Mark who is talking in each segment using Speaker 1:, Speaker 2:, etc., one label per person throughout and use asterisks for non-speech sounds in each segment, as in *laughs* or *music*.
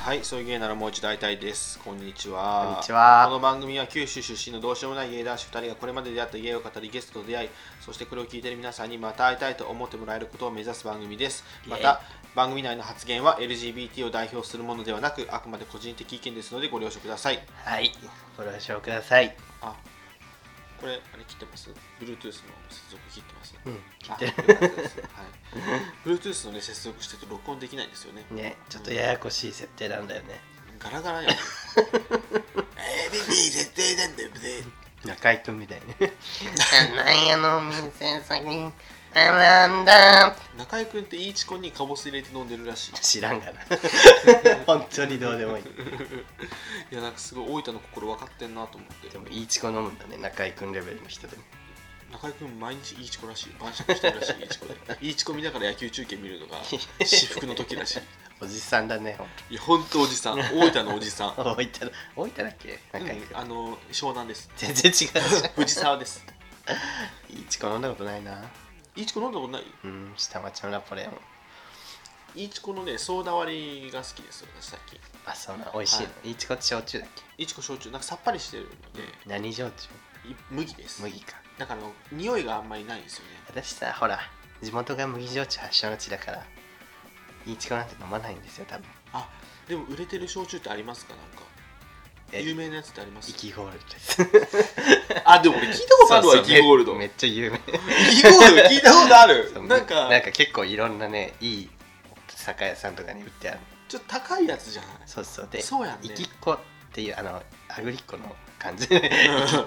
Speaker 1: はい、そういう芸ならもう一度会いたいです。こんにちは。
Speaker 2: こんにちは
Speaker 1: この番組は九州出身のどうしようもない芸男子2人がこれまで出会った芸を語りゲストと出会い、そしてこれを聞いている皆さんにまた会いたいと思ってもらえることを目指す番組です。
Speaker 2: イエイ
Speaker 1: また、番組内の発言は LGBT を代表するものではなく、あくまで個人的意見ですのでご了承ください。
Speaker 2: はいご了承ください
Speaker 1: あ、これ、あれ切ってます ?Bluetooth の接続切ってます
Speaker 2: うん
Speaker 1: 切ってる。あよかったですはい。Bluetooth の、ね、接続してると録音できないんですよね。
Speaker 2: ねちょっとややこしい設定なんだよね
Speaker 1: ガラガラやん。えー、ビビ絶対なんだよ、ね。
Speaker 2: 中井君みたい
Speaker 1: *laughs*
Speaker 2: ね花屋の店先に並んだ
Speaker 1: 中居君っていいチコにカボス入れて飲んでるらしい。
Speaker 2: 知らんがな *laughs* 本当にどうでもいい
Speaker 1: いや、なんかすごい大分の心分かってんなと思って
Speaker 2: で。もいいチコ飲むんだね中井君レベルの人でも
Speaker 1: 中居君毎日いいチコらしい。晩酌してるらしい、いいチコで。いいチコ見ながら野球中継見るの
Speaker 2: *laughs*
Speaker 1: が至福の時らし
Speaker 2: おじさんだね
Speaker 1: い。いや、ほんとおじさん。大分のおじさん。うん
Speaker 2: 大分だ大分だっけ中井君、
Speaker 1: あの、湘南です。 *laughs*
Speaker 2: 全然違うじ
Speaker 1: 藤沢です。
Speaker 2: ゃんいいチコ飲んだことないない
Speaker 1: いチコ飲んだことない
Speaker 2: うん下町のナポレオン
Speaker 1: いいチコのね、ソーダ割りが好きです、私最近。
Speaker 2: あそうな美味しいの、、
Speaker 1: はい
Speaker 2: いチコって焼酎だっけ
Speaker 1: いいチコ焼酎、なんかさっぱりしてるので、
Speaker 2: 何焼酎
Speaker 1: い麦です。
Speaker 2: 麦か
Speaker 1: だから匂いがあんまりないんですよね
Speaker 2: 私さほら地元が麦焼酎発祥の地だからいいチコなんて飲まないんですよ多分
Speaker 1: あでも売れてる焼酎ってありますかなんか
Speaker 2: え
Speaker 1: 有名なやつってありま
Speaker 2: イ
Speaker 1: す
Speaker 2: キゴールドです聞い
Speaker 1: あでも俺聞いたことあるわイキゴールド
Speaker 2: め
Speaker 1: イ
Speaker 2: っちゃ
Speaker 1: *laughs*
Speaker 2: 有名
Speaker 1: キゴールド聞いたことある
Speaker 2: *laughs* そう
Speaker 1: なんか
Speaker 2: なんか結構いろんなねいい酒屋さんとかに売ってある
Speaker 1: ちょっと高いやつじゃない
Speaker 2: そうそうで
Speaker 1: そうやんね
Speaker 2: イキっ子っていうあのアグリッコの感じで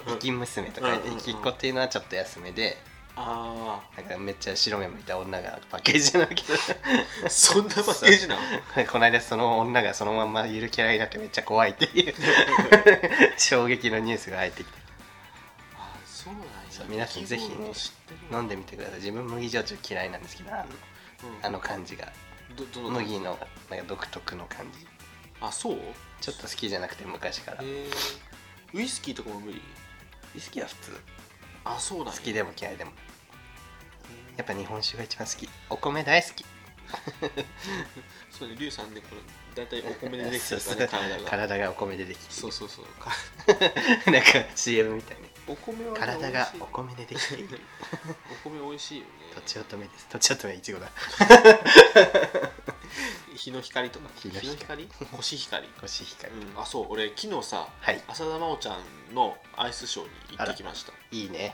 Speaker 2: イキ娘とか
Speaker 1: うんうんうん
Speaker 2: イキっ子っていうのはちょっと安めで
Speaker 1: あ
Speaker 2: なんかめっちゃ白目向いた女がパッケージなわけ
Speaker 1: あそんなパッケージなの
Speaker 2: *laughs* この間その女がそのまんまゆるキャラになってめっちゃ怖いって
Speaker 1: *laughs*
Speaker 2: いう衝撃のニュースが入ってきて
Speaker 1: あそうなんや
Speaker 2: そう皆さんぜひ
Speaker 1: イ
Speaker 2: ね
Speaker 1: キゴールド知ってる
Speaker 2: 飲んでみてください自分麦焼酎嫌いなんですけどあの
Speaker 1: うん
Speaker 2: あの感じが
Speaker 1: どどの
Speaker 2: 麦のなんか独特の感じ
Speaker 1: あそう
Speaker 2: ちょっと好きじゃなくて昔から
Speaker 1: え
Speaker 2: ウ
Speaker 1: ーウイスキーとかも無理
Speaker 2: イスキーは普通
Speaker 1: あそうなん
Speaker 2: 好
Speaker 1: や
Speaker 2: きでも嫌いでも
Speaker 1: うん
Speaker 2: やっぱ日本酒が一番好きお米大好き
Speaker 1: そうねリュウさんねこれ大体お米でできてるからね
Speaker 2: そう
Speaker 1: 体が
Speaker 2: 体がお米でできて
Speaker 1: そうそうそうか
Speaker 2: るなんか CM みたいに
Speaker 1: お米はね
Speaker 2: 体が
Speaker 1: 美味し
Speaker 2: お
Speaker 1: い
Speaker 2: 米でできている
Speaker 1: *laughs* お米美味しいよね
Speaker 2: とちおとめですとちおとめいちごだ
Speaker 1: 日の光とか
Speaker 2: 日の光 *laughs*
Speaker 1: コシヒカリ
Speaker 2: コシヒカリ
Speaker 1: うん、あそう俺昨日さ
Speaker 2: はい
Speaker 1: 浅田真央ちゃんのアイスショーに行ってきました
Speaker 2: いいね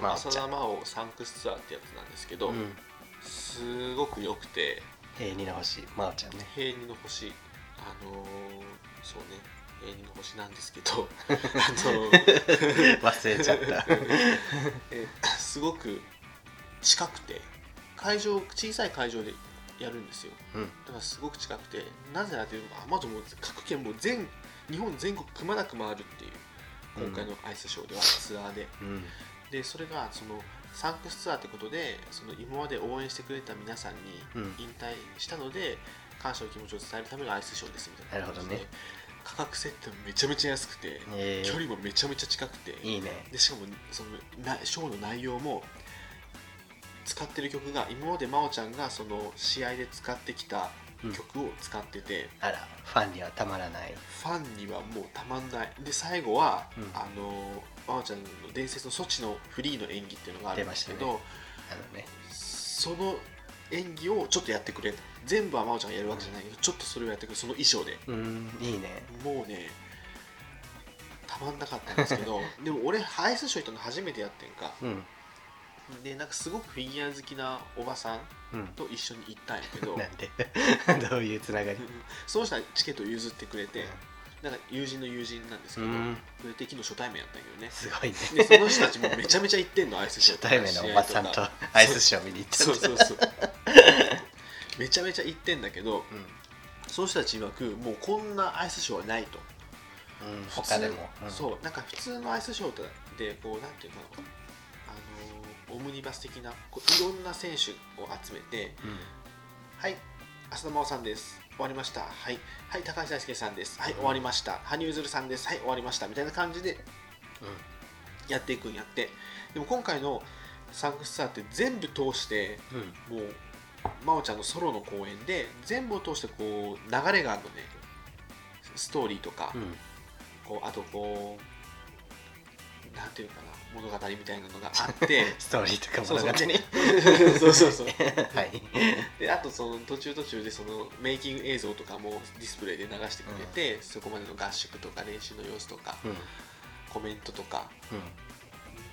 Speaker 1: あの
Speaker 2: 真央ちゃん
Speaker 1: 浅田真央サンクスツアーってやつなんですけど、
Speaker 2: うん
Speaker 1: すごく良くて
Speaker 2: 平二の星まおちゃんね
Speaker 1: 平二の星あのーそうね平二の星なんですけ
Speaker 2: *laughs*
Speaker 1: どあのー
Speaker 2: 忘れちゃった
Speaker 1: *laughs* えすごく近くて会場小さい会場でやるんですよ
Speaker 2: うん
Speaker 1: だからすごく近くてなぜならというとあまずもう各県もう全日本全国くまなく回るっていう今回のアイスショーではツアーで、
Speaker 2: うん
Speaker 1: でそれがそのサンクスツアーってことでその今まで応援してくれた皆さんに
Speaker 2: うん
Speaker 1: 引退したので、感謝の気持ちを伝えるためのアイスショーですみたいな感じで
Speaker 2: なるほどね
Speaker 1: 価格設定もめちゃめちゃ安くて、
Speaker 2: えー
Speaker 1: 距離もめちゃめちゃ近くて
Speaker 2: いいね
Speaker 1: でしかもそのなショーの内容も使ってる曲が今まで真央ちゃんがその試合で使ってきた曲を使ってて、
Speaker 2: あらファンにはたまらない
Speaker 1: ファンにはもうたまんないで最後は、
Speaker 2: うん
Speaker 1: あの真央ちゃんの伝説のソチのフリーの演技っていうのがあるんですけ
Speaker 2: 出
Speaker 1: ど、
Speaker 2: まあのね
Speaker 1: その演技をちょっとやってくれ全部は真央ちゃんがやるわけじゃないけど、ちょっとそれをやってくれその衣装で
Speaker 2: うんいいね
Speaker 1: もうねたまんなかったんですけ
Speaker 2: *laughs*
Speaker 1: どでも俺アイスショー行ったの初めてやってんか
Speaker 2: うん
Speaker 1: でなんかすごくフィギュア好きなおばさん
Speaker 2: うん
Speaker 1: と一緒に行ったんやけど
Speaker 2: なんで *laughs* どういうつながり
Speaker 1: *laughs* その人はチケットを譲ってくれて、なんか友人の友人なんですけ
Speaker 2: う
Speaker 1: ど、
Speaker 2: ん
Speaker 1: それで昨日初対面やったんやけどね
Speaker 2: すごいね
Speaker 1: でその人たちもめちゃめちゃ行ってんのアイスショーと
Speaker 2: 初
Speaker 1: か
Speaker 2: 対面のおばさん
Speaker 1: 試
Speaker 2: と
Speaker 1: 合か
Speaker 2: アイスショー見に行った
Speaker 1: *laughs* そ
Speaker 2: ん
Speaker 1: う
Speaker 2: だ
Speaker 1: そうそうめちゃめちゃ行ってんだけど
Speaker 2: うん
Speaker 1: その人たち曰くもうこんなアイスショーはないと
Speaker 2: うん他でも
Speaker 1: 普
Speaker 2: うん
Speaker 1: 通そうなんか普通のアイスショーでこうなんていうかなあのーオムニバス的なこういろんな選手を集めて
Speaker 2: うん
Speaker 1: はい浅田真央さんです終わりましたはいはい高橋大輔さんですはい終わりました羽生結弦さんですはい終わりましたみたいな感じでやっていくんやってでも今回のサンクスツアーって全部通して
Speaker 2: うんう
Speaker 1: も
Speaker 2: ん
Speaker 1: う真央ちゃんのソロの公演で全部を通してこう流れがあるのねストーリーとか、
Speaker 2: うん
Speaker 1: こうあとこうなんていうのかな物語みたいなのがあって
Speaker 2: *laughs* ストーリーとか
Speaker 1: そう
Speaker 2: 物
Speaker 1: そう
Speaker 2: 語ね
Speaker 1: *laughs* そうそうそう
Speaker 2: *laughs* はい
Speaker 1: であとその途中途中でそのメイキング映像とかもディスプレイで流してくれて、そこまでの合宿とか練習の様子とか
Speaker 2: うんうん
Speaker 1: コメントとか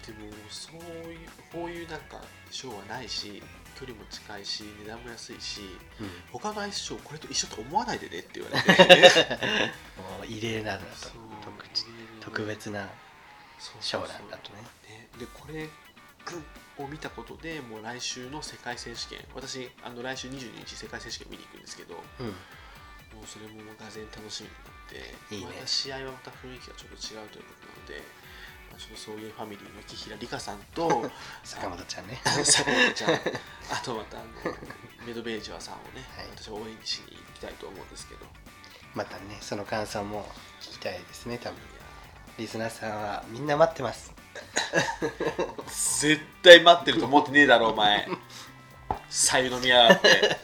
Speaker 1: でもそういうこういうなんかショーはないし距離も近いし値段も安いし
Speaker 2: うん
Speaker 1: 他のアイスショーこれと一緒と思わないでねって言われ
Speaker 2: *laughs*
Speaker 1: て
Speaker 2: もう異例なんだ
Speaker 1: そ
Speaker 2: と
Speaker 1: う
Speaker 2: 特特別な
Speaker 1: そう
Speaker 2: シ
Speaker 1: そ
Speaker 2: ョ
Speaker 1: う
Speaker 2: ー
Speaker 1: そう
Speaker 2: なんだとね
Speaker 1: ね、でこれを見たことでもう来週の世界選手権私あの来週22日世界選手権見に行くんですけども
Speaker 2: うん
Speaker 1: うそれもがぜ楽しみに
Speaker 2: いい
Speaker 1: な
Speaker 2: ね
Speaker 1: ってまた試合はまた雰囲気がちょっと違うということなので、まあ、ちょっとそういうファミリーの木平理香さん
Speaker 2: *laughs*
Speaker 1: と
Speaker 2: 坂本ちゃんね
Speaker 1: あの坂本ちゃんあとまたあのメドベージュアさんをね、
Speaker 2: はい
Speaker 1: 私は応援しに行きたいと思うんですけどい
Speaker 2: またねその感想も聞きたいですね多分
Speaker 1: や
Speaker 2: リスナーさんはみんな待ってます
Speaker 1: ー絶対待ってると思ってねえだろお前白湯飲みやがって。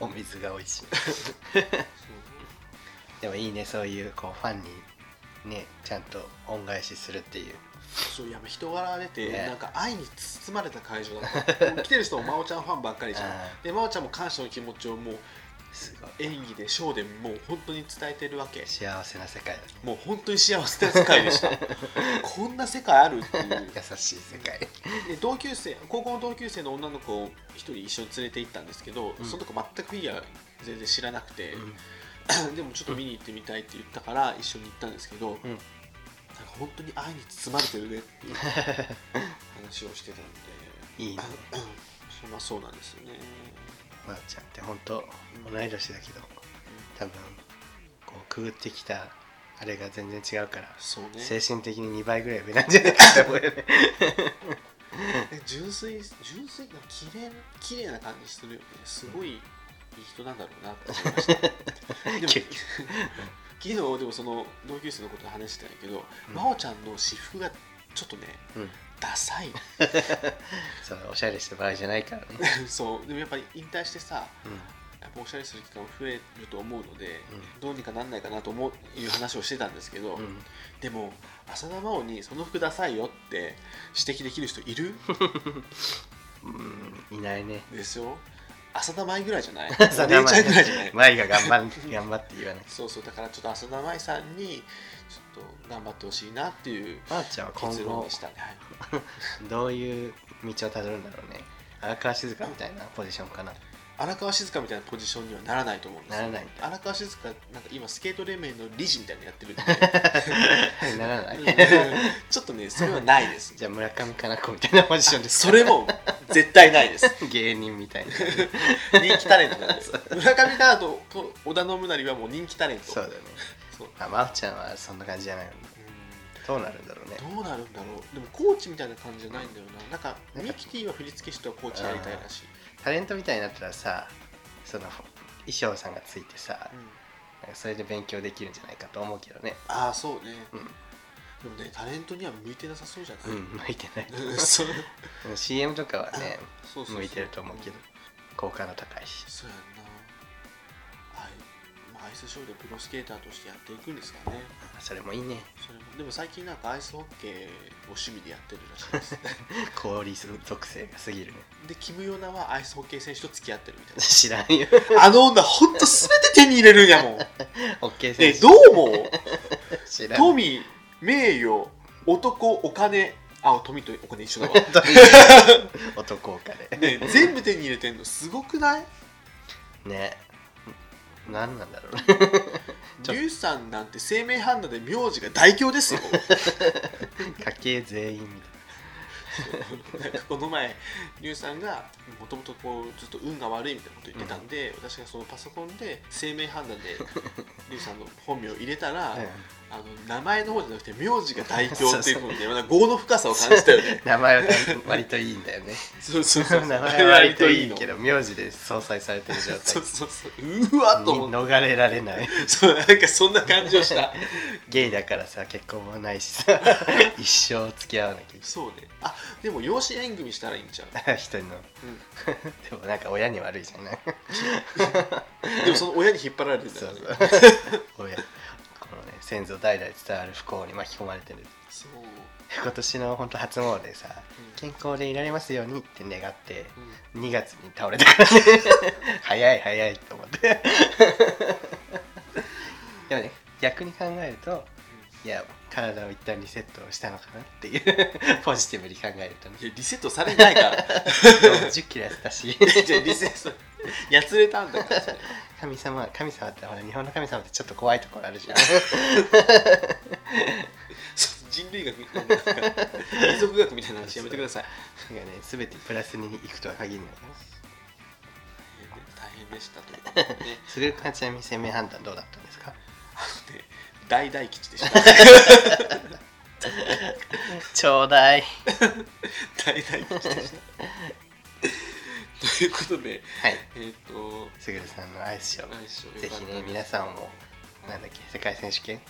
Speaker 2: お水が美味しいでもいいねそういうこうファンにねちゃんと恩返しするっていう
Speaker 1: そういや人柄出て、
Speaker 2: ね
Speaker 1: なんか愛に包まれた会場だったもう来てる人も真央ちゃんファンばっかりじゃん
Speaker 2: *laughs* あ
Speaker 1: で真央ちゃんも感謝の気持ちをもう
Speaker 2: すごい
Speaker 1: 演技でショーでもう本当に伝えてるわけ
Speaker 2: 幸せな世界だね
Speaker 1: もう本当に幸せな世界で
Speaker 2: *laughs*
Speaker 1: したこんな世界あるっていう
Speaker 2: 優しい世界
Speaker 1: で同級生高校の同級生の女の子を一人一緒に連れて行ったんですけど、
Speaker 2: うん
Speaker 1: その子全くフィギュア全然知らなくて、*coughs*
Speaker 2: う
Speaker 1: でもちょっと見に行ってみたいって言ったから一緒に行ったんですけど、
Speaker 2: ん、うん、
Speaker 1: なんか本当に愛に包まれてるねっていう
Speaker 2: *laughs*
Speaker 1: 話をしてたんで。
Speaker 2: いいね
Speaker 1: そまあそうなんですよね。
Speaker 2: まー、ちゃんって本当同い年だけど多分こうくぐってきたあれが全然違うから
Speaker 1: そうね。
Speaker 2: 精神的に2倍ぐらい上なんじゃないかと思う
Speaker 1: *laughs*
Speaker 2: よね
Speaker 1: え純粋純粋な綺麗綺麗な感じするよね。すごいいい人なんだろうなって思いま
Speaker 2: *laughs*
Speaker 1: した。でも
Speaker 2: 急に
Speaker 1: *laughs* 昨日でもその同級生のことで話してたんやけど、
Speaker 2: うん
Speaker 1: 真央ちゃんの私服がちょっとね
Speaker 2: うん
Speaker 1: ダサい。 *laughs*
Speaker 2: そうおしゃれした場合じゃないからね、
Speaker 1: そうでもやっぱり引退してさ。
Speaker 2: うん
Speaker 1: やっぱおしゃれする機会も増えると思うので、
Speaker 2: う
Speaker 1: どうにかなんないかなと思ういう話をしてたんですけど、
Speaker 2: うん、
Speaker 1: でも浅田真央に「その服ダサいよ」って指摘できる人いる
Speaker 2: うん、いないね
Speaker 1: ですよ浅田舞ぐらいじゃないお姉ち
Speaker 2: そ
Speaker 1: ゃ
Speaker 2: うん名前
Speaker 1: ぐらいじゃない
Speaker 2: 前が頑張ん頑張って言わない
Speaker 1: そうそうだからちょっと浅田舞さんにちょっと頑張ってほしいなっていう
Speaker 2: まー、ちゃんは今
Speaker 1: 結論
Speaker 2: 後
Speaker 1: でしたね、はい
Speaker 2: どういう道をたどるんだろうね荒川静香みたいなポジションかな
Speaker 1: 荒川静香みたいなポジションにはならないと思うんです
Speaker 2: な
Speaker 1: よ
Speaker 2: らないんだ
Speaker 1: 荒川静香なんか今スケート連盟の理事みたいなのや
Speaker 2: *laughs*
Speaker 1: ってるんで
Speaker 2: ならない
Speaker 1: ちょっとねそれはないです
Speaker 2: じゃあ村上佳菜子みたいなポジションです
Speaker 1: それも絶対ないです
Speaker 2: 芸人みたいな
Speaker 1: 人気タレントなん
Speaker 2: *laughs*
Speaker 1: で村上カードと織田信成はもう人気タレント
Speaker 2: そうだね
Speaker 1: そう
Speaker 2: まあまー、ちゃんはそんな感じじゃないのどうなるんだろうね
Speaker 1: どうなるんだろうでもコーチみたいな感じじゃないんだよななんか
Speaker 2: なんか
Speaker 1: ミキティは振り付け師とはコーチやりたいらしい、
Speaker 2: タレントみたいになったらさその衣装さんがついてさ
Speaker 1: うん
Speaker 2: なんかそれで勉強できるんじゃないかと思うけどね
Speaker 1: ああそうね
Speaker 2: うん、
Speaker 1: でもねタレントには向いてなさそうじゃない、
Speaker 2: うん、向いてない
Speaker 1: *laughs* そう
Speaker 2: うん CM とかはね
Speaker 1: そうそうそう
Speaker 2: 向いてると思うけど好感度高いし
Speaker 1: そうやんなはいまあアイスショーでプロスケーターとしてやっていくんですかね
Speaker 2: それもいいね
Speaker 1: それもでも最近なんかアイスホッケーを趣味でやってるらしいです
Speaker 2: *laughs* 氷属性が過ぎるね
Speaker 1: でキム・ヨナはアイスホッケー選手と付き合ってるみたいな
Speaker 2: 知ら
Speaker 1: *laughs*
Speaker 2: んよ
Speaker 1: あの女、ほんとすべて手に入れるんやも
Speaker 2: *laughs*
Speaker 1: ん。ね
Speaker 2: オッケー
Speaker 1: え
Speaker 2: 選手
Speaker 1: どう思う
Speaker 2: 知らん
Speaker 1: 富、名誉、男、お金。あ、富とお金一緒だわ。ね
Speaker 2: 本当に男お金
Speaker 1: え全部手に入れてんの、すごくない
Speaker 2: ね何なんだろうね
Speaker 1: *laughs*
Speaker 2: ちょ
Speaker 1: リュウさんなんて生命判断で名字が大凶
Speaker 2: *laughs*
Speaker 1: ですよ。
Speaker 2: 家計全員み
Speaker 1: なんかこの前、リュウさんがもともとこうずっと運が悪いみたいなこと言ってたんで、私がそのパソコンで生命判断でリュウさんの本名を入れたら、
Speaker 2: たいな、
Speaker 1: あの名前の方じゃなくて名字が大凶っていうことで、なんか業の深さを感じたよ
Speaker 2: *laughs*
Speaker 1: ね。
Speaker 2: 名前は割といいんだよね
Speaker 1: そうそうそ
Speaker 2: 名
Speaker 1: う。
Speaker 2: 前は割といいけど名字で相殺されてる状態
Speaker 1: そうそうそう。うわっと思っ
Speaker 2: に
Speaker 1: て。
Speaker 2: 逃れられない
Speaker 1: そう、なんかそんな感じをした。
Speaker 2: *laughs* ゲイだからさ結婚もないし
Speaker 1: *laughs*
Speaker 2: さ一生付き合わなき
Speaker 1: そうね。あ、でも養子縁組したらいいんちゃう。
Speaker 2: ゃ *laughs* 人のでもなんか親に悪いじゃんない *laughs*
Speaker 1: でもその親に引っ張られてた
Speaker 2: そう
Speaker 1: よね
Speaker 2: そう親先祖代々伝わる不幸に巻き込まれてる
Speaker 1: そう、
Speaker 2: 今年の本当初詣でさ
Speaker 1: う
Speaker 2: 健康でいられますようにって願って
Speaker 1: んうん
Speaker 2: 2月に倒れたからね *laughs* 早い早いと思って *laughs* でもね逆に考えるといや体を一旦リセットしたのかなっていう *laughs* ポジティブに考えるとね
Speaker 1: いやリセットされないから
Speaker 2: 1 0キロやってたし
Speaker 1: *laughs* じゃあリセットやつれたん *laughs* だからそれ
Speaker 2: 神様神様ってほら日本の神様ってちょっと怖いところあるじゃん
Speaker 1: そう人類学みたいななんか民族学みたいな話やめてください
Speaker 2: がね全てプラスにいくとは限らないから
Speaker 1: 大変でしたということでね
Speaker 2: すぐるくんはちなみに生命判断どうだったんですか
Speaker 1: で大大吉でした
Speaker 2: ちょうだい
Speaker 1: *laughs* 大大吉でしたということで
Speaker 2: はい
Speaker 1: えっ、と
Speaker 2: すぐるさんのアイスショー
Speaker 1: 何でしょう
Speaker 2: ぜひね皆さんもなんだっけ世界選手権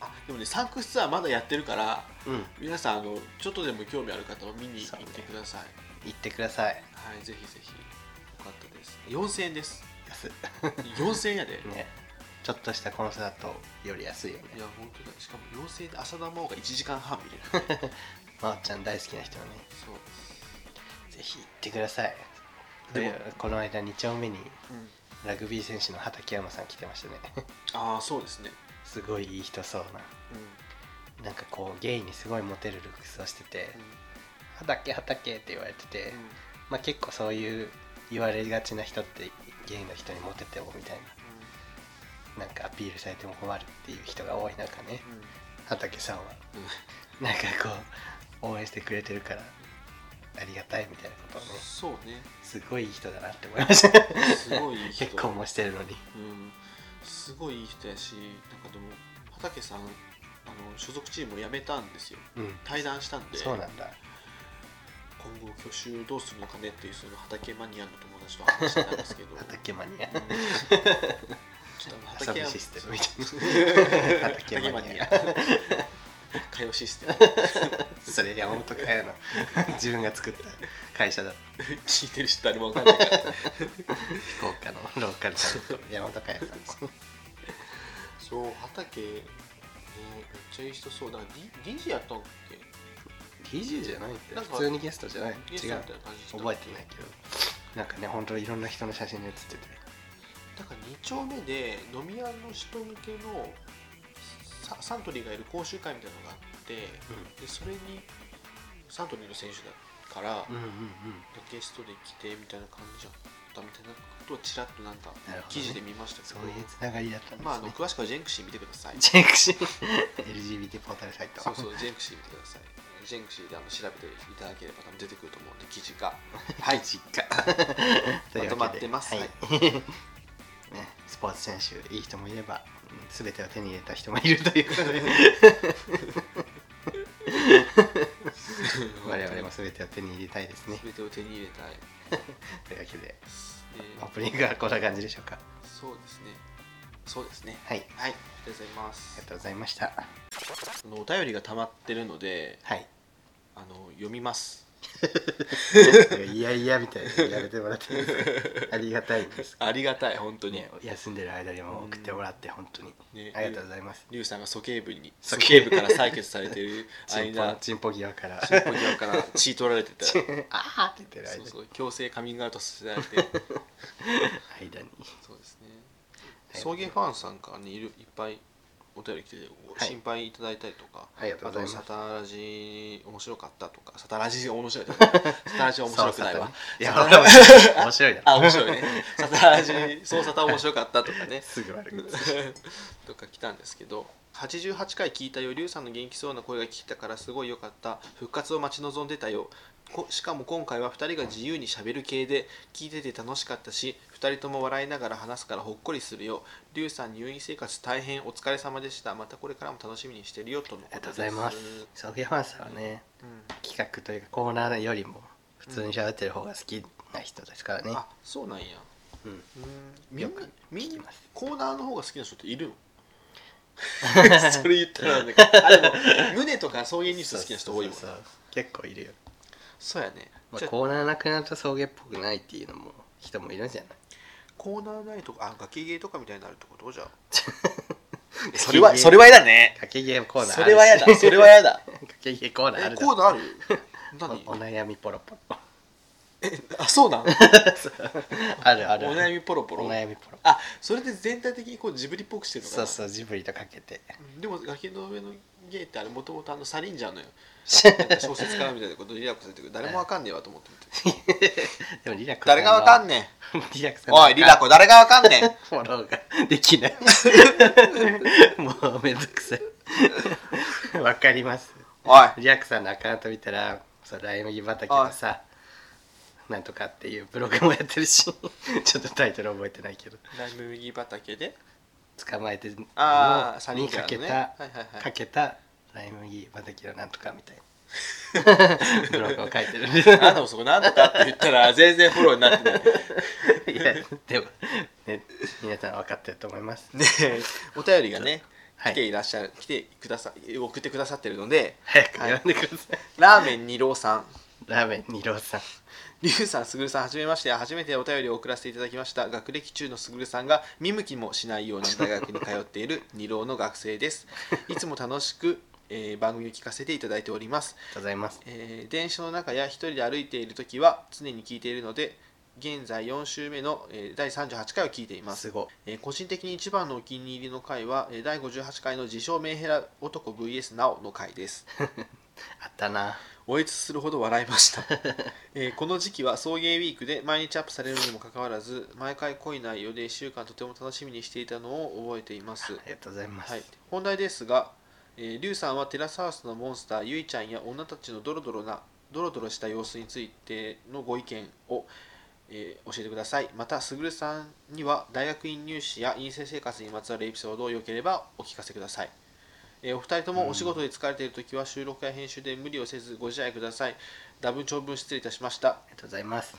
Speaker 1: あでもねサンクスツアーまだやってるから
Speaker 2: うん
Speaker 1: 皆さんあのちょっとでも興味ある方は見に行ってください、
Speaker 2: 行ってください
Speaker 1: はいぜひぜひよかったです4000円です
Speaker 2: 安
Speaker 1: 4000円や *laughs* で、
Speaker 2: *laughs* ねちょっとしたコンサートより安いよね
Speaker 1: いや本当だしかも4000円で浅田真央が1時間半見れる
Speaker 2: *laughs* まおちゃん大好きな人はね
Speaker 1: そう
Speaker 2: ぜひ行ってください
Speaker 1: でも
Speaker 2: でこの間2丁目に
Speaker 1: うん
Speaker 2: ラグビー選手の畠山さん来てましたね *laughs*
Speaker 1: ああそうですね
Speaker 2: すごいいい人そうななんかこうゲイにすごいモテるルックスをしてて「畑畑」って言われてて、
Speaker 1: うん、うん
Speaker 2: まあ、結構そういう言われがちな人ってゲイの人にモテてもみたいななんかアピールされても困るっていう人が多い中ね
Speaker 1: うんうん
Speaker 2: 畑さんは
Speaker 1: うん
Speaker 2: *laughs* なんかこう応援してくれてるからありがたいみたいなことをね
Speaker 1: そうね
Speaker 2: すごいいい人だなって思いました *laughs*
Speaker 1: すごいいい人
Speaker 2: 結婚もしてるのに
Speaker 1: うんすごいいい人やしなんかでも畑さんあの所属チームを辞めたんですよ
Speaker 2: うん
Speaker 1: 退団したんで
Speaker 2: そうなんだ
Speaker 1: 今後去就をどうするのかねっていうその畑マニアの友達と話してたんですけど
Speaker 2: 畑マニア
Speaker 1: うんちょっとあの
Speaker 2: 遊
Speaker 1: 畑
Speaker 2: び
Speaker 1: は
Speaker 2: システムみたいな
Speaker 1: 畑
Speaker 2: 畑
Speaker 1: マ
Speaker 2: マ
Speaker 1: ニ
Speaker 2: ニ
Speaker 1: ア
Speaker 2: ア
Speaker 1: 火曜システム
Speaker 2: それ山本かよの *laughs* 自分が作った会社だ
Speaker 1: 聞いてる人誰もわかんないから
Speaker 2: 福岡のローカルタレント山本かよさんです
Speaker 1: そう畑ねめっちゃいい人そうだから D- DJ やったんっけ
Speaker 2: DJ じゃないんだ
Speaker 1: な
Speaker 2: よ
Speaker 1: んか
Speaker 2: 普通にゲストじゃない
Speaker 1: ゲス
Speaker 2: 違
Speaker 1: ト
Speaker 2: う
Speaker 1: みたいな感じした
Speaker 2: 覚えてないけどなんかね本当いろんな人の写真に写ってて
Speaker 1: だから2丁目で飲み屋の人向けのササントリーがいる講習会みたいなのがあってでそれにサントリーの選手だから、
Speaker 2: うんうんうん
Speaker 1: ゲストで来てみたいな感じだったみたいなことをちらっとなんか
Speaker 2: なるほどね
Speaker 1: 記事で見ましたけ
Speaker 2: そ
Speaker 1: ど
Speaker 2: ういうつながりだったんですね、
Speaker 1: まああの詳しくはジェンクシー見てください
Speaker 2: ジェンクシー LGBT ポータルサイト
Speaker 1: そうそうジェンクシー見てくださいジェンクシーであの調べていただければ多分出てくると思うんで記事が *laughs*
Speaker 2: はい実 *laughs* 家
Speaker 1: まとまってます
Speaker 2: *laughs* はい、ね、スポーツ選手いい人もいればうん全てを手に入れた人もいるということで我々も全てを手に入れたいですね
Speaker 1: 全てを手に入れたい、
Speaker 2: というわけで
Speaker 1: え
Speaker 2: オ
Speaker 1: ー
Speaker 2: ープニングはこんな感じでしょうか
Speaker 1: そうですねそうですね
Speaker 2: はい
Speaker 1: はいありがとうございま
Speaker 2: あり
Speaker 1: す
Speaker 2: がとうございました
Speaker 1: あのお便りが溜まってるので
Speaker 2: はい
Speaker 1: あの読みます
Speaker 2: いやいやみたいなのやめてもらっていいですかありがたいです
Speaker 1: ありがたい本当に
Speaker 2: *laughs* ね休んでる間にも送ってもらって本当に
Speaker 1: ね
Speaker 2: ありがとうございます
Speaker 1: リュウさんが鼠径部に鼠
Speaker 2: 鼠径
Speaker 1: 径
Speaker 2: 部
Speaker 1: 部から採血されてい
Speaker 2: *laughs*
Speaker 1: る
Speaker 2: チンポ
Speaker 1: 間
Speaker 2: チンポ際から
Speaker 1: チンポ際から血取られてたそう
Speaker 2: *laughs* あーって言ってる間に
Speaker 1: そう強制カミングアウトさせられ
Speaker 2: *laughs*
Speaker 1: て
Speaker 2: 間に
Speaker 1: そうですね
Speaker 2: はい
Speaker 1: 送迎ファンさんからねいるいっぱいお便り来ててご
Speaker 2: はい
Speaker 1: 心配いただいたりとか、
Speaker 2: ありがとうございます
Speaker 1: あとサタラジ面白かったとかサタラジ面白い
Speaker 2: *laughs*
Speaker 1: とかサタラジ面白くないわ
Speaker 2: いや
Speaker 1: サタラ
Speaker 2: 面白い面白いな
Speaker 1: あ面白いねサタラ
Speaker 2: *laughs*
Speaker 1: ジそうサタ面白かったとかね
Speaker 2: すぐ悪く
Speaker 1: *laughs* とか来たんですけど88回聞いたよリュウさんの元気そうな声が聞いたからすごい良かった復活を待ち望んでたよこしかも今回は2人が自由にしゃべる系で聞いてて楽しかったし2人とも笑いながら話すからほっこりするよリュウさん入院生活大変お疲れ様でしたまたこれからも楽しみにしてるよとの
Speaker 2: ありが
Speaker 1: こととで
Speaker 2: うご
Speaker 1: す
Speaker 2: ざいますソフィアファンさんはね
Speaker 1: うん
Speaker 2: 企画というかコーナーよりも普通に喋ってる方が好きな人ですからね、
Speaker 1: あそうなんや
Speaker 2: うん
Speaker 1: うんみ
Speaker 2: よ
Speaker 1: んな
Speaker 2: く
Speaker 1: み
Speaker 2: 聞き
Speaker 1: んな
Speaker 2: ます
Speaker 1: コーナーの方が好きな人っている
Speaker 2: *laughs*
Speaker 1: のそれ言ったらなんだけどあでも胸とかそういうニュース好きな人多いもんな
Speaker 2: そうそうそう結構いるよ、
Speaker 1: そうやね。
Speaker 2: ま
Speaker 1: じ
Speaker 2: あ、
Speaker 1: ゃあ
Speaker 2: コーナーなくなると送迎っぽくないっていうのも人もいるんじゃない
Speaker 1: コーナーないとか、あ、ガキゲーとかみたいになるってことじゃあ。それ
Speaker 2: *laughs*
Speaker 1: はそれは嫌だね
Speaker 2: 掛けゲームコーナーあるし
Speaker 1: それは嫌
Speaker 2: *laughs*
Speaker 1: だそれは嫌だ
Speaker 2: 掛けゲームコーナーあ
Speaker 1: え
Speaker 2: るだ
Speaker 1: コー
Speaker 2: ろ
Speaker 1: ナーある何
Speaker 2: おお悩みポロポロ *laughs*
Speaker 1: あそうなん
Speaker 2: あるある
Speaker 1: お悩みポロポ
Speaker 2: お
Speaker 1: ロ
Speaker 2: 悩みポロ
Speaker 1: あそれで全体的にこうジブリっぽくしてるのか
Speaker 2: そ
Speaker 1: な
Speaker 2: うそうジブリとかけて
Speaker 1: うんでも崖の上のゲーってあれもともとあのサリンジャーの
Speaker 2: *laughs*
Speaker 1: よ
Speaker 2: で
Speaker 1: なんか小説家みたいなことリラックスされてくる誰もわかんねえわと思って見て
Speaker 2: もリラク
Speaker 1: 誰がわかん
Speaker 2: ね
Speaker 1: ね
Speaker 2: えリラク
Speaker 1: えおいリラコ誰がわかんね *laughs* え
Speaker 2: フォローができない
Speaker 1: *laughs*
Speaker 2: もうめんどくさいわかります
Speaker 1: おい
Speaker 2: リラックさんのアカウント見たらそのライ麦畑のさなんとかっていうブログもやってるしちょっとタイトル覚えてないけど
Speaker 1: ライ麦畑で
Speaker 2: 捕まえての
Speaker 1: ああサリ
Speaker 2: に
Speaker 1: ンジャ
Speaker 2: か
Speaker 1: ー
Speaker 2: け
Speaker 1: のね
Speaker 2: た、
Speaker 1: はいはいは
Speaker 2: か
Speaker 1: い
Speaker 2: けたライ麦畑のなんとかみたい
Speaker 1: *laughs*
Speaker 2: なブログを書いてるんで
Speaker 1: あなたもそこなんとかって言ったら全然フォローになってない
Speaker 2: いやでも、ね、皆さん分かってると思います
Speaker 1: ねえ *laughs* お便りがね
Speaker 2: は
Speaker 1: 来て
Speaker 2: い
Speaker 1: いらっしゃる、来てくださ送ってくださってるので
Speaker 2: 早く読んでください、
Speaker 1: ラーメン二郎さん
Speaker 2: ラーメン二郎さん
Speaker 1: リュウさん、すぐるさん、はじめまして、初めてお便りを送らせていただきました。学歴中のすぐるさんが見向きもしないような大学に通っている二浪の学生です。いつも楽しく、えー番組を聞かせていただいております。
Speaker 2: ございます
Speaker 1: えー電車の中や一人で歩いているときは常に聞いているので、現在4週目の、えー第38回を聞いています。
Speaker 2: すごい
Speaker 1: えー個人的に一番のお気に入りの回は、えー第58回の自称メンヘラ男 VS なおの回です。
Speaker 2: あったな
Speaker 1: 追いつするほど笑いました、えーこの時期は送迎ウィークで毎日アップされるにもかかわらず毎回恋内容で1週間とても楽しみにしていたのを覚えています、
Speaker 2: ありがとうございます、
Speaker 1: はい、本題ですが、えー、リュウさんはテラスハウスのモンスターゆいちゃんや女たちのドロドロなドロドロした様子についてのご意見を、えー教えてくださいまたすぐるさんには大学院入試や院生生活にまつわるエピソードをよければお聞かせくださいえーお二人ともお仕事で疲れている時は収録や編集で無理をせずご自愛ください。ダブ長文失礼いたしました。
Speaker 2: ありがとうございます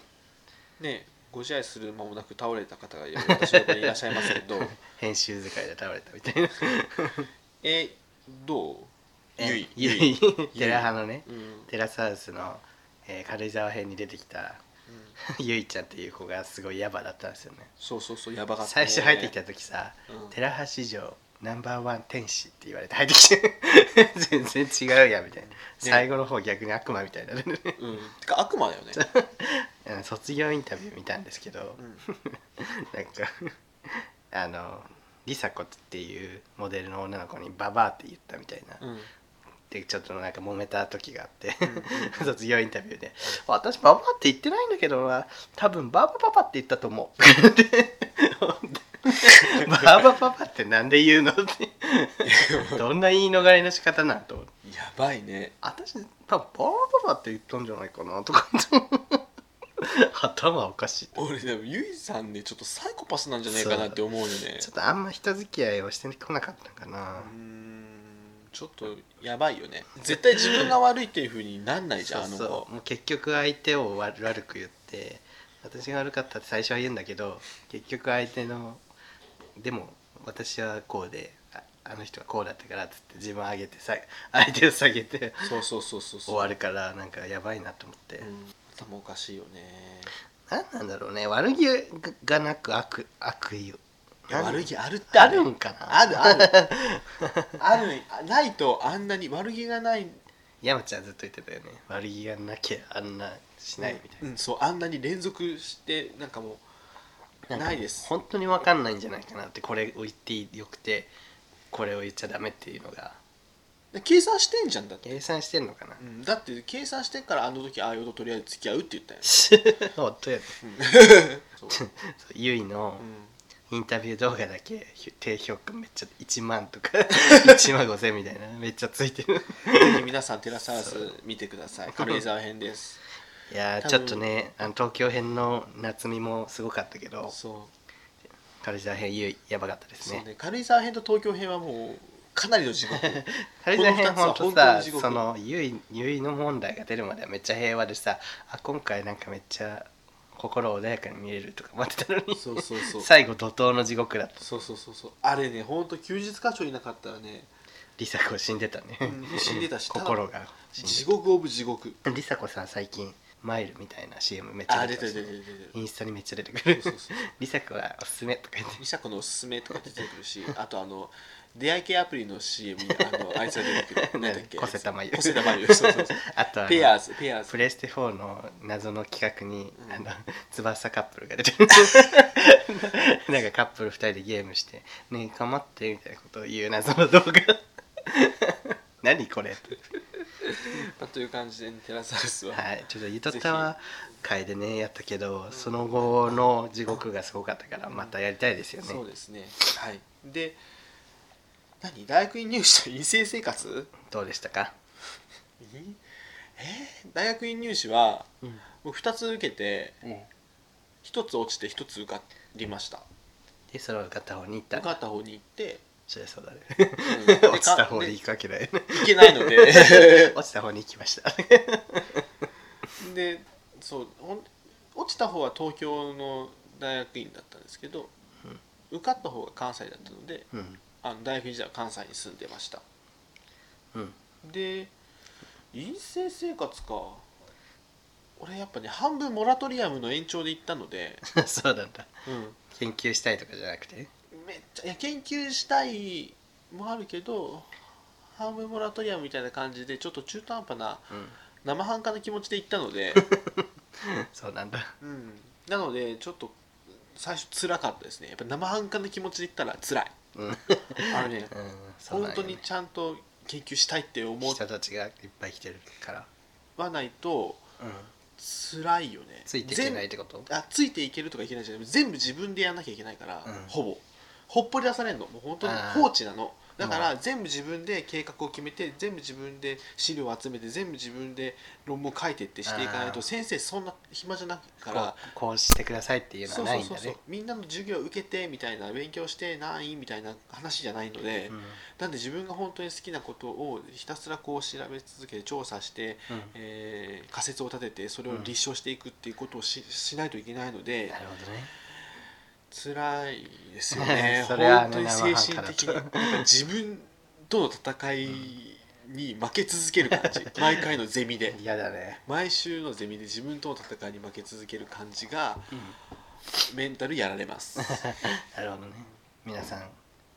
Speaker 1: ねえご自愛する間もなく倒れた方が私の横にいらっしゃいますけ *laughs* ど、
Speaker 2: 編集使いで倒れたみたいな
Speaker 1: えーどう *laughs* ゆ
Speaker 2: *laughs*
Speaker 1: い
Speaker 2: ゆ
Speaker 1: ゆい
Speaker 2: いテラハのね
Speaker 1: うん
Speaker 2: テラスハウスの、えー軽井沢編に出てきたゆいちゃんっていう子がすごいヤバだったんですよね
Speaker 1: そうそうそうやばかった、
Speaker 2: 最初入ってきた時さ
Speaker 1: うん
Speaker 2: 「テラハ史上ナンバーワン天使」って言われて入ってきて *laughs* 全然違うやみたいな、最後の方逆に悪魔みたいなね *laughs*
Speaker 1: うんてか悪魔だよね、
Speaker 2: うん卒業インタビュー見たんですけど、 *laughs*
Speaker 1: うん、
Speaker 2: なんかあのリサコっていうモデルの女の子に「ババア」って言ったみたいな、
Speaker 1: うん
Speaker 2: でちょっとなんか揉めた時があって、 *laughs* 卒業インタビューで「私ババアって言ってないんだけどな多分ババパパって言ったと *laughs* 思う」ババパパってなんで言うの?」 *laughs* ってどんな言い逃れの仕方なんと思って
Speaker 1: やばいね
Speaker 2: 私多分ババパパって言ったんじゃないかなとか言って *laughs* 頭おかしい
Speaker 1: 俺でもゆいさんでちょっとサイコパスなんじゃないかなって思うよね
Speaker 2: ちょっとあんま人付き合いをしてこなかったのかな、
Speaker 1: うーんちょっとやばいよね絶対自分が悪いっていうふうになんないじゃんあ
Speaker 2: そう
Speaker 1: の
Speaker 2: そうもう結局相手を悪悪く言って私が悪かったって最初は言うんだけど結局相手のでも私はこうでああの人はこうだったからっつって自分を上げてさ相手を下げて
Speaker 1: 子そうそうそうそう
Speaker 2: 終
Speaker 1: そう
Speaker 2: わるからなんかやばいなと思って、
Speaker 1: うん頭おかしいよね
Speaker 2: なん、なんだろうね悪気がなく悪悪意を
Speaker 1: いや悪
Speaker 2: 気
Speaker 1: 気あるって
Speaker 2: あるんかな
Speaker 1: ある
Speaker 2: *laughs*
Speaker 1: あるあるあないとあんなに悪気がない
Speaker 2: 山ちゃんずっと言ってたよね悪気がなきゃあんなしないみたいな
Speaker 1: うん、そうあんなに連続してなんかもうないです
Speaker 2: 本当に分かんないんじゃないかなってこれを言ってよくてこれを言っちゃダメっていうのが
Speaker 1: で計算してんじゃんだって、
Speaker 2: 計算してんのかな *laughs*
Speaker 1: うん、だって計算してんからあの時ああいうととりあえず付き合うって言ったよ、
Speaker 2: 本当やね
Speaker 1: そう
Speaker 2: ゆいの
Speaker 1: う
Speaker 2: インタビュー動画だけひ低評価めっちゃ1万
Speaker 1: *laughs*
Speaker 2: とか1万5000みたいなめっちゃついてる
Speaker 1: ん、ぜひ皆さんテラスハウス見てください軽井沢編です
Speaker 2: いやー
Speaker 1: 多
Speaker 2: ちょ
Speaker 1: 分
Speaker 2: っとねあの東京編の夏美もすごかったけど
Speaker 1: そ
Speaker 2: 軽井沢編ゆいやばかったで
Speaker 1: う
Speaker 2: す
Speaker 1: そう
Speaker 2: ね
Speaker 1: ね軽井沢編と東京編はもうかなりの地獄
Speaker 2: 軽井沢編
Speaker 1: この二つは
Speaker 2: ほんと
Speaker 1: 本当
Speaker 2: さ
Speaker 1: に地獄
Speaker 2: そのゆいゆいの問題が出るまではめっちゃ平和でさあ今回なんかめっちゃ心穏やかに見えるとか待ってたの
Speaker 1: *laughs*
Speaker 2: に
Speaker 1: そうそうそう
Speaker 2: *laughs* 最後怒涛の地獄だった
Speaker 1: そうそうそうそうあれねほんと休日課長いなかったらね
Speaker 2: 梨紗子死んでたね
Speaker 1: うん死んでたし
Speaker 2: 心が死んでた
Speaker 1: 地獄オブ地獄
Speaker 2: りさこさん最近マイルみたいな CM めっち
Speaker 1: あ
Speaker 2: ゃ
Speaker 1: ー
Speaker 2: 出
Speaker 1: 出て
Speaker 2: てく
Speaker 1: る出
Speaker 2: る
Speaker 1: てる
Speaker 2: し
Speaker 1: 出てる
Speaker 2: インスタにめっちゃ出てくる
Speaker 1: そうそうそう
Speaker 2: *laughs* 「リサ子はおすすめ」とか言って
Speaker 1: 美佐子のおすすめとか出てくるしあとあの出会い系アプリの CM にあのあいつが出て *laughs* くるなんだっけ
Speaker 2: 小瀬田真由
Speaker 1: 小瀬田真由そう *laughs* そうそう
Speaker 2: *laughs* あとあの
Speaker 1: ペアーズペアー
Speaker 2: プ
Speaker 1: ズ
Speaker 2: レステ4の謎の企画に、
Speaker 1: うん
Speaker 2: あの *laughs* 翼カップルが出てる *laughs* なんかカップル2人でゲームして「ねえ構って」みたいなことを言う謎の動画 *laughs* 何こ *laughs* れ
Speaker 1: まあという感じでねテラスハウスは、
Speaker 2: はい、ちょっとゆとたわ会でねやったけどその後の地獄がすごかったからまたやりたいですよね
Speaker 1: そうですねはいで何大学院入試と陰性生活
Speaker 2: どうでしたか、
Speaker 1: えー大学院入試は
Speaker 2: うん
Speaker 1: 僕2つ受けて1つ落ちて1つ受かりました
Speaker 2: でそれを受かった方に行った
Speaker 1: 受か
Speaker 2: ら
Speaker 1: った方に行
Speaker 2: *laughs*
Speaker 1: って、
Speaker 2: そりゃそうだね
Speaker 1: うんでか
Speaker 2: 落ちた方に行
Speaker 1: で
Speaker 2: くわけだよ *laughs* ね
Speaker 1: 行けないので
Speaker 2: 落ちた方に行きました
Speaker 1: でそうほん落ちた方は東京の大学院だったんですけど、受かった方が関西だったので
Speaker 2: うん
Speaker 1: あの大学時代は関西に住んでました
Speaker 2: うん *laughs*
Speaker 1: で陰性生活か俺やっぱね半分モラトリアムの延長で行ったの
Speaker 2: *laughs*
Speaker 1: で、
Speaker 2: そうなんだ
Speaker 1: うん
Speaker 2: 研究したいとかじゃなくて
Speaker 1: めっちゃいや研究したいもあるけど半分モラトリアムみたいな感じでちょっと中途半端な
Speaker 2: うん
Speaker 1: 生半可な気持ちで行ったので、
Speaker 2: *laughs* そうなんだ
Speaker 1: うん、なのでちょっと最初辛かったですねやっぱ生半可な気持ちで行ったら辛い
Speaker 2: うん、うん、
Speaker 1: あのね
Speaker 2: そうな
Speaker 1: *laughs* 本
Speaker 2: んよね
Speaker 1: 当にちゃんと研究したいって思
Speaker 2: 人たちがいっぱい来てるから、
Speaker 1: わないと
Speaker 2: うん、
Speaker 1: 辛いよね
Speaker 2: ついていけない
Speaker 1: 全
Speaker 2: ってこと
Speaker 1: あついていけるとかいけないじゃない全部自分でやんなきゃいけないから、
Speaker 2: うん
Speaker 1: ほぼほっぽり出されるのもう本当に
Speaker 2: あー
Speaker 1: 放置なのだか
Speaker 2: ま
Speaker 1: ら全部自分で計画を決めて全部自分で資料を集めて全部自分で論文を書いてってしていかない
Speaker 2: あー
Speaker 1: と先生そんな暇じゃなくか
Speaker 2: こう
Speaker 1: ら
Speaker 2: こうしてくださいっていうの
Speaker 1: そ
Speaker 2: は
Speaker 1: うそ
Speaker 2: ないういん
Speaker 1: そう
Speaker 2: だ
Speaker 1: そう
Speaker 2: ね
Speaker 1: みんなの授業受けてみたいな勉強してないみたいな話じゃないので、
Speaker 2: うん
Speaker 1: なんで自分が本当に好きなことをひたすらこう調べ続けて調査して、
Speaker 2: う
Speaker 1: えー仮説を立ててそれを立証していくっていうことをし,、しないといけないの
Speaker 2: ん
Speaker 1: で
Speaker 2: なるほどね
Speaker 1: 辛いですよね
Speaker 2: *laughs* それは
Speaker 1: 本当に
Speaker 2: 生半
Speaker 1: 精
Speaker 2: 可
Speaker 1: 神
Speaker 2: だと
Speaker 1: 的にやっぱ自分との戦いに負け続ける感じ、
Speaker 2: *laughs*
Speaker 1: 毎回のゼミで
Speaker 2: 嫌だね
Speaker 1: 毎週のゼミで自分との戦いに負け続ける感じが
Speaker 2: うん
Speaker 1: メンタルやられます
Speaker 2: *laughs* なるほどね皆さん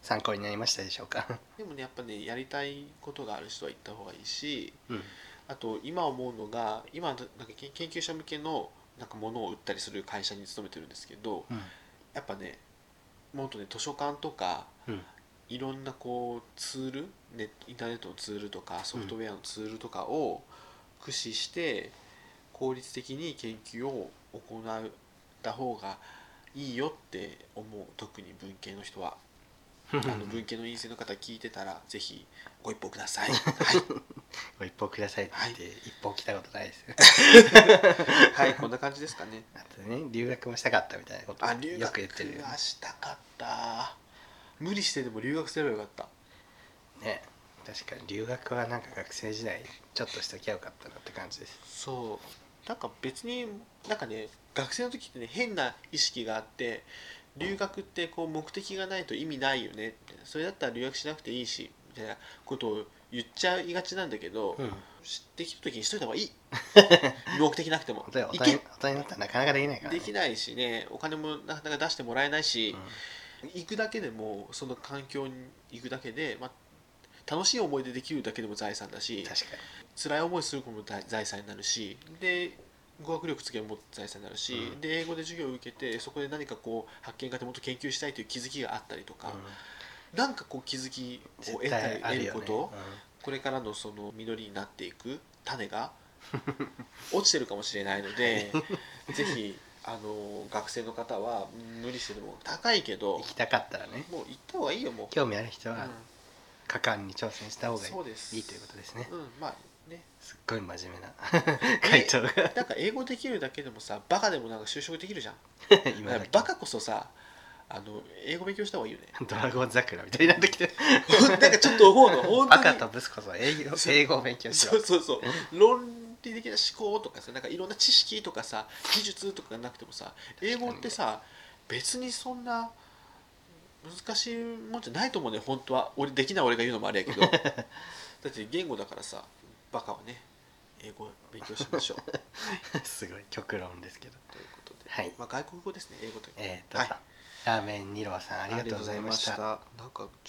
Speaker 2: 参考になりましたでしょうか
Speaker 1: でもねやっぱねやりたいことがある人は行った方がいいし
Speaker 2: うん
Speaker 1: あと今思うのが今なんか研研究者向けのなんか物を売ったりする会社に勤めてるんですけど
Speaker 2: うん
Speaker 1: やっぱねもっとね図書館とか
Speaker 2: うん
Speaker 1: いろんなこうツールネットインターネットのツールとかソフトウェアのツールとかを駆使して効率的に研究を行った方がいいよって思う特に文系の人は
Speaker 2: うん
Speaker 1: あの文系の院生の方聞いてたらぜひご一報くだ
Speaker 2: *laughs*
Speaker 1: さい。はい
Speaker 2: ご一報くださいって言って一報来たことないです *laughs* よ
Speaker 1: はい、こんな感じですかね。
Speaker 2: あとね留学もしたかったみたいな *laughs* こと
Speaker 1: あ留
Speaker 2: よく
Speaker 1: 学
Speaker 2: 言ってるよ
Speaker 1: はしたかった無理してでも留学すればよかった
Speaker 2: ね確かに留学はなんか学生時代ちょっとしときゃよかったなって感じです
Speaker 1: そうなんか別になんかね学生の時ってね変な意識があって留学ってこう目的がないと意味ないよねみたいなそれだったら留学しなくていいしみたいなことを言っちゃいがちなんだけど、
Speaker 2: うん
Speaker 1: 知ってきた時にしといた方がい
Speaker 2: *laughs*
Speaker 1: い目的なくても
Speaker 2: 本当に大
Speaker 1: い
Speaker 2: 人
Speaker 1: け
Speaker 2: 大人になったらなかなかできないからね
Speaker 1: できないしねお金もなかなか出してもらえないし、
Speaker 2: うん
Speaker 1: 行くだけでもその環境に行くだけで、まあ、楽しい思い出できるだけでも財産だし
Speaker 2: 確か
Speaker 1: 辛い思いすることも財財産になるしで語学力つけも財産になるし、
Speaker 2: うん
Speaker 1: で英語で授業を受けてそこで何かこう発見があってもっと研究したいという気づきがあったりとか
Speaker 2: に、、
Speaker 1: なんかこう気づき
Speaker 2: うん、
Speaker 1: を得たり
Speaker 2: 絶対ある
Speaker 1: 得
Speaker 2: よ
Speaker 1: るこ
Speaker 2: ね
Speaker 1: と、これからのその実りになっていく種
Speaker 2: *laughs*
Speaker 1: が落ちてるかもしれないのでぜひあの学生の方はうん無理してでも高いけ
Speaker 2: うん
Speaker 1: ど
Speaker 2: 行きたかったらね
Speaker 1: もう行った方がいいよもう。
Speaker 2: 興味ある人は
Speaker 1: う
Speaker 2: 果敢に挑戦した方
Speaker 1: ん、
Speaker 2: がい
Speaker 1: そうです
Speaker 2: いいいということですね
Speaker 1: うんまあね
Speaker 2: すっごい真面目な回答が
Speaker 1: なんか英語できるだけでもさバカでもなんか就職できるじゃん
Speaker 2: 今だけ
Speaker 1: バカこそさあの英語勉強した方がいいよね
Speaker 2: ドラゴン桜みたいになってきて
Speaker 1: *laughs* なんかちょっと *laughs* 思うの本当
Speaker 2: バ
Speaker 1: に
Speaker 2: カとブスこそ英語英語を勉強し
Speaker 1: そ
Speaker 2: ろ
Speaker 1: うそうそう論理的な思考とかさなんかいろんな知識とかさ技術とかがなくてもさ英語ってさ別にそんな難しいもんじゃないと思うね本 *laughs* 当は俺できない俺が言うのもあれやけどだって言語だからさバカはね英語を勉強しましょう *laughs*
Speaker 2: *laughs* すごい極論ですけど
Speaker 1: ということで、
Speaker 2: はい
Speaker 1: まあ、外国語ですね英語というか
Speaker 2: えっ、と、
Speaker 1: はい、
Speaker 2: ラーメン二郎さんありがとうございました
Speaker 1: ありがとうございましたなんか
Speaker 2: *laughs*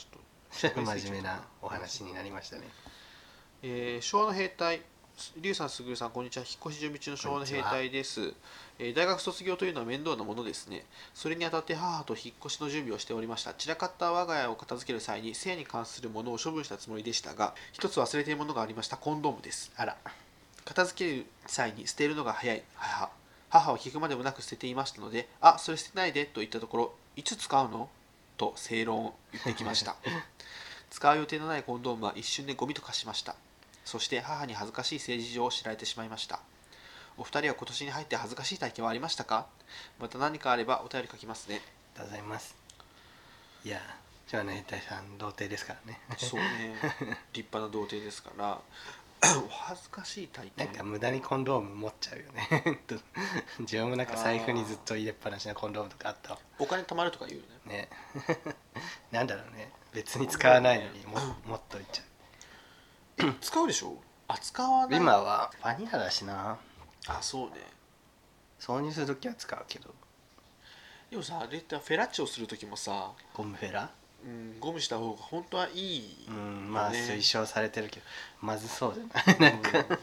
Speaker 1: ちょっと
Speaker 2: 真面目なお話になりましたね
Speaker 1: えー昭和の兵隊リュウさん、すぐるさん、こんにちは。引っ越し準備中の昭和の兵隊です、えー大学卒業というのは面倒なものですね。それにあたって母と引っ越しの準備をしておりました。散らかった我が家を片付ける際に性に関するものを処分したつもりでしたが、一つ忘れているものがありました。コンドームです。
Speaker 2: あら
Speaker 1: 片付ける際に捨てるのが早い母母を聞くまでもなく捨てていましたので「あそれ捨てないで」と言ったところ「いつ使うの?」と正論を言ってきました使う予定のないコンドームは一瞬でゴミと化しましたそして母に恥ずかしい政治上を知られてしまいましたお二人は今年に入って恥ずかしい体験はありましたかまた何かあればお便り書きますね
Speaker 2: ありがとうございますいや昭和の兵隊さん童貞ですからね *laughs*
Speaker 1: そうね立派な童貞ですからお恥ずかしい体
Speaker 2: なん
Speaker 1: 験
Speaker 2: か無駄にコンドーム持っちゃうよね *laughs* と自分もなんか財布にずっと入れっぱなしのコンドームとかあったわ
Speaker 1: お金貯まるとか言うよね
Speaker 2: ね *laughs* なんだろうね別に使わないのにも持っといちゃう
Speaker 1: 使うでしょあ使わない
Speaker 2: 今はバニラだしな
Speaker 1: あそうね
Speaker 2: 挿入する時は使うけど
Speaker 1: でもさあれってフェラチオする時もさ、
Speaker 2: ゴムフェラ
Speaker 1: うん、ゴムした方が本当はいい、
Speaker 2: うんまあ
Speaker 1: ね
Speaker 2: 推奨されてるけどまずそうじゃない *laughs*
Speaker 1: なんか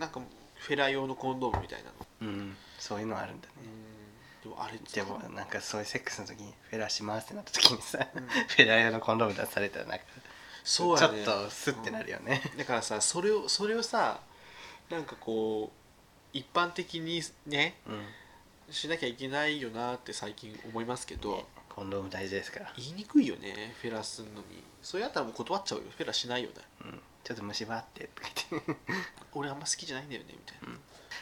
Speaker 1: なんかフェラ用のコンドームみたいなの、
Speaker 2: うんそういうのあるんだ
Speaker 1: う
Speaker 2: ね
Speaker 1: ん、でもあれ
Speaker 2: でもなんかそういうセックスの時にフェラしますってなった時にさ、
Speaker 1: うん
Speaker 2: フェラ用のコンドーム出されたらなんか
Speaker 1: そう
Speaker 2: ちょ
Speaker 1: や
Speaker 2: っ
Speaker 1: ね
Speaker 2: とスッてなるよね、
Speaker 1: だからさそれをそれをさなんかこう一般的にね
Speaker 2: うん
Speaker 1: しなきゃいけないよなって最近思いますけど
Speaker 2: コンドーム大事ですから、
Speaker 1: 言いにくいよねフェラすんのにそれやったらもう断っちゃうよフェラしないよね
Speaker 2: うん、ちょっと虫歯あってとか言って
Speaker 1: 俺あんま好きじゃないんだよねみたいな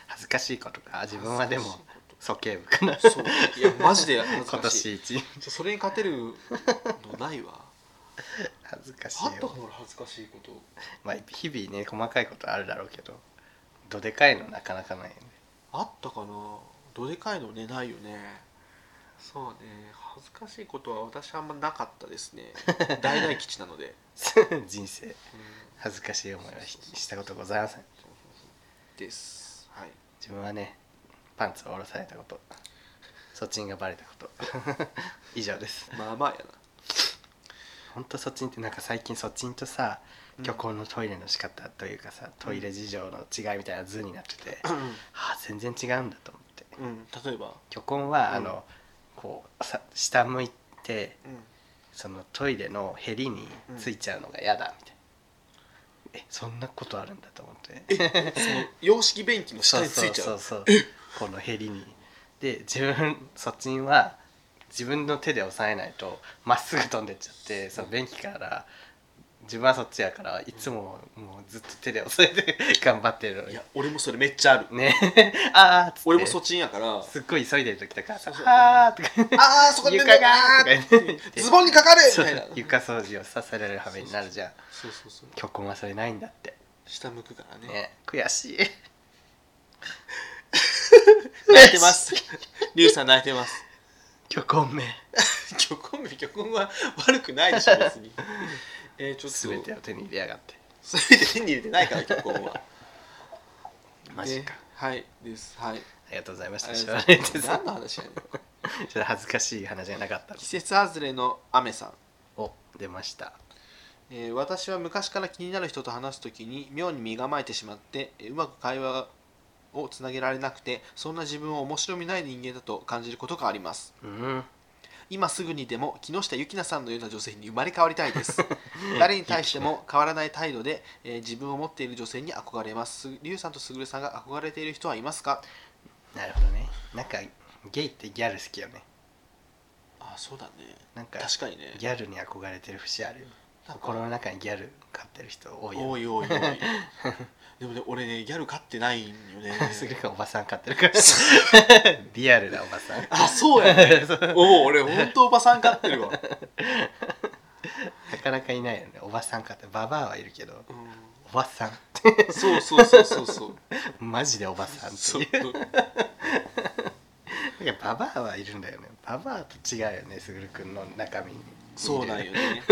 Speaker 2: 恥ずかしいことか自分はでも
Speaker 1: 恥ずかしいこと
Speaker 2: 鼠径部かな
Speaker 1: そういやマジで恥ず
Speaker 2: 今
Speaker 1: かし *laughs* い
Speaker 2: 年一
Speaker 1: ちょそれに勝てるのない *laughs* わ
Speaker 2: 恥ずかしい
Speaker 1: あった
Speaker 2: よ
Speaker 1: か、な恥ずかしいこと
Speaker 2: まあ、日々ね細かいことあるだろうけどどでかいのなかなかないよね *laughs*
Speaker 1: あったかなどでかいのねないよねそうね恥ずかしいことは私あんまなかったです *laughs* ね大大吉なので、
Speaker 2: 人生
Speaker 1: うん
Speaker 2: 恥ずかしい思いはししたことございません
Speaker 1: そうそうそうです *laughs* はい
Speaker 2: 自分はねパンツを下ろされたことそっちんがバレたこと *laughs* 以上です
Speaker 1: まあまあや
Speaker 2: ほんとそっちんってなんか最近そっちんとさ
Speaker 1: うん
Speaker 2: 虚構のトイレの仕方というかさトイレ事情の違いみたいな図になってて、
Speaker 1: な
Speaker 2: はあ全然違うんだと思って
Speaker 1: うん、うん、例えば
Speaker 2: 虚婚は、
Speaker 1: うん
Speaker 2: あのこうさ下向いて
Speaker 1: うん
Speaker 2: そのトイレのへりについちゃうのが嫌だみたいな、えそんなことあるんだと思って
Speaker 1: その洋式便器の下
Speaker 2: そう
Speaker 1: につ
Speaker 2: そう
Speaker 1: いちゃう
Speaker 2: そうそう *laughs* このへりにで自分そっちんは自分の手で押さえないとまっすぐ飛んでっちゃってその便器から自分はそっちやからいつももうずっと手で押さえて頑張ってるの
Speaker 1: い
Speaker 2: に
Speaker 1: や俺もそれめっちゃある
Speaker 2: ね *laughs* あーっつって
Speaker 1: 俺もそっちんやから
Speaker 2: すっごい急いでる時とか
Speaker 1: そうそう
Speaker 2: あーとか言って
Speaker 1: ああそこで
Speaker 2: 床がーとか言って
Speaker 1: ズボンにかかるみ
Speaker 2: そう
Speaker 1: たいな
Speaker 2: 床掃除をさせられる羽目になるじゃん
Speaker 1: そうそうそう
Speaker 2: 虚婚はそれないんだって
Speaker 1: 下向くからね
Speaker 2: ね悔しい
Speaker 1: *laughs* 泣いてますリュウさん泣いて *laughs* ます
Speaker 2: 虚婚め
Speaker 1: 曲コンビ曲コンは悪くないでしょ別 *laughs* にえー、ちょっと
Speaker 2: 全てを手に入れやがって
Speaker 1: 全て手に入れてないから曲コンは
Speaker 2: *laughs* マジか
Speaker 1: ではいですはい
Speaker 2: ありがとうございまし
Speaker 1: あ
Speaker 2: た。
Speaker 1: り
Speaker 2: 知
Speaker 1: が
Speaker 2: らない
Speaker 1: とう
Speaker 2: で
Speaker 1: ございます
Speaker 2: す。ち
Speaker 1: 何の話やねん
Speaker 2: ょっと恥ずかしい話じゃなかったの
Speaker 1: 季。節外れの雨さん
Speaker 2: お、出ました。
Speaker 1: えー私は昔から気になる人と話す時に妙に身構えてしまってえーうまく会話をつなげられなくてそんな自分を面白みない人間だと感じることがあります
Speaker 2: うん。
Speaker 1: 今すぐにでも木下ゆきなさんのような女性に生まれ変わりたいです
Speaker 2: *laughs*
Speaker 1: 誰に対しても変わらない態度で、えー自分を持っている女性に憧れますりゅうさんとすぐるさんが憧れている人はいますか
Speaker 2: なるほどね。なんかゲイってギャル好きよね。
Speaker 1: あそうだね
Speaker 2: なんか
Speaker 1: 確かにね
Speaker 2: ギャルに憧れてる節あるよ。
Speaker 1: なんか
Speaker 2: 心の中にギャル飼ってる人多いよ
Speaker 1: お
Speaker 2: ね。
Speaker 1: いおいおい *laughs* でもね俺ねギャル飼ってないんよね
Speaker 2: *laughs* すぐかおばさん飼って
Speaker 1: *laughs*
Speaker 2: るから。リアルなおばさん。
Speaker 1: あそうや
Speaker 2: *laughs*
Speaker 1: ね
Speaker 2: そう
Speaker 1: おお俺ほんとおばさん飼ってるわ、
Speaker 2: なかなかいないよね。おばさん飼ってババアはいるけど、
Speaker 1: う
Speaker 2: おばさん。
Speaker 1: ん、そうそうそうそうそう
Speaker 2: マジでおばさんって
Speaker 1: そう
Speaker 2: いう。いやババアはいるんだよねババアと違うよねすぐるくんの中身に
Speaker 1: そうなんよね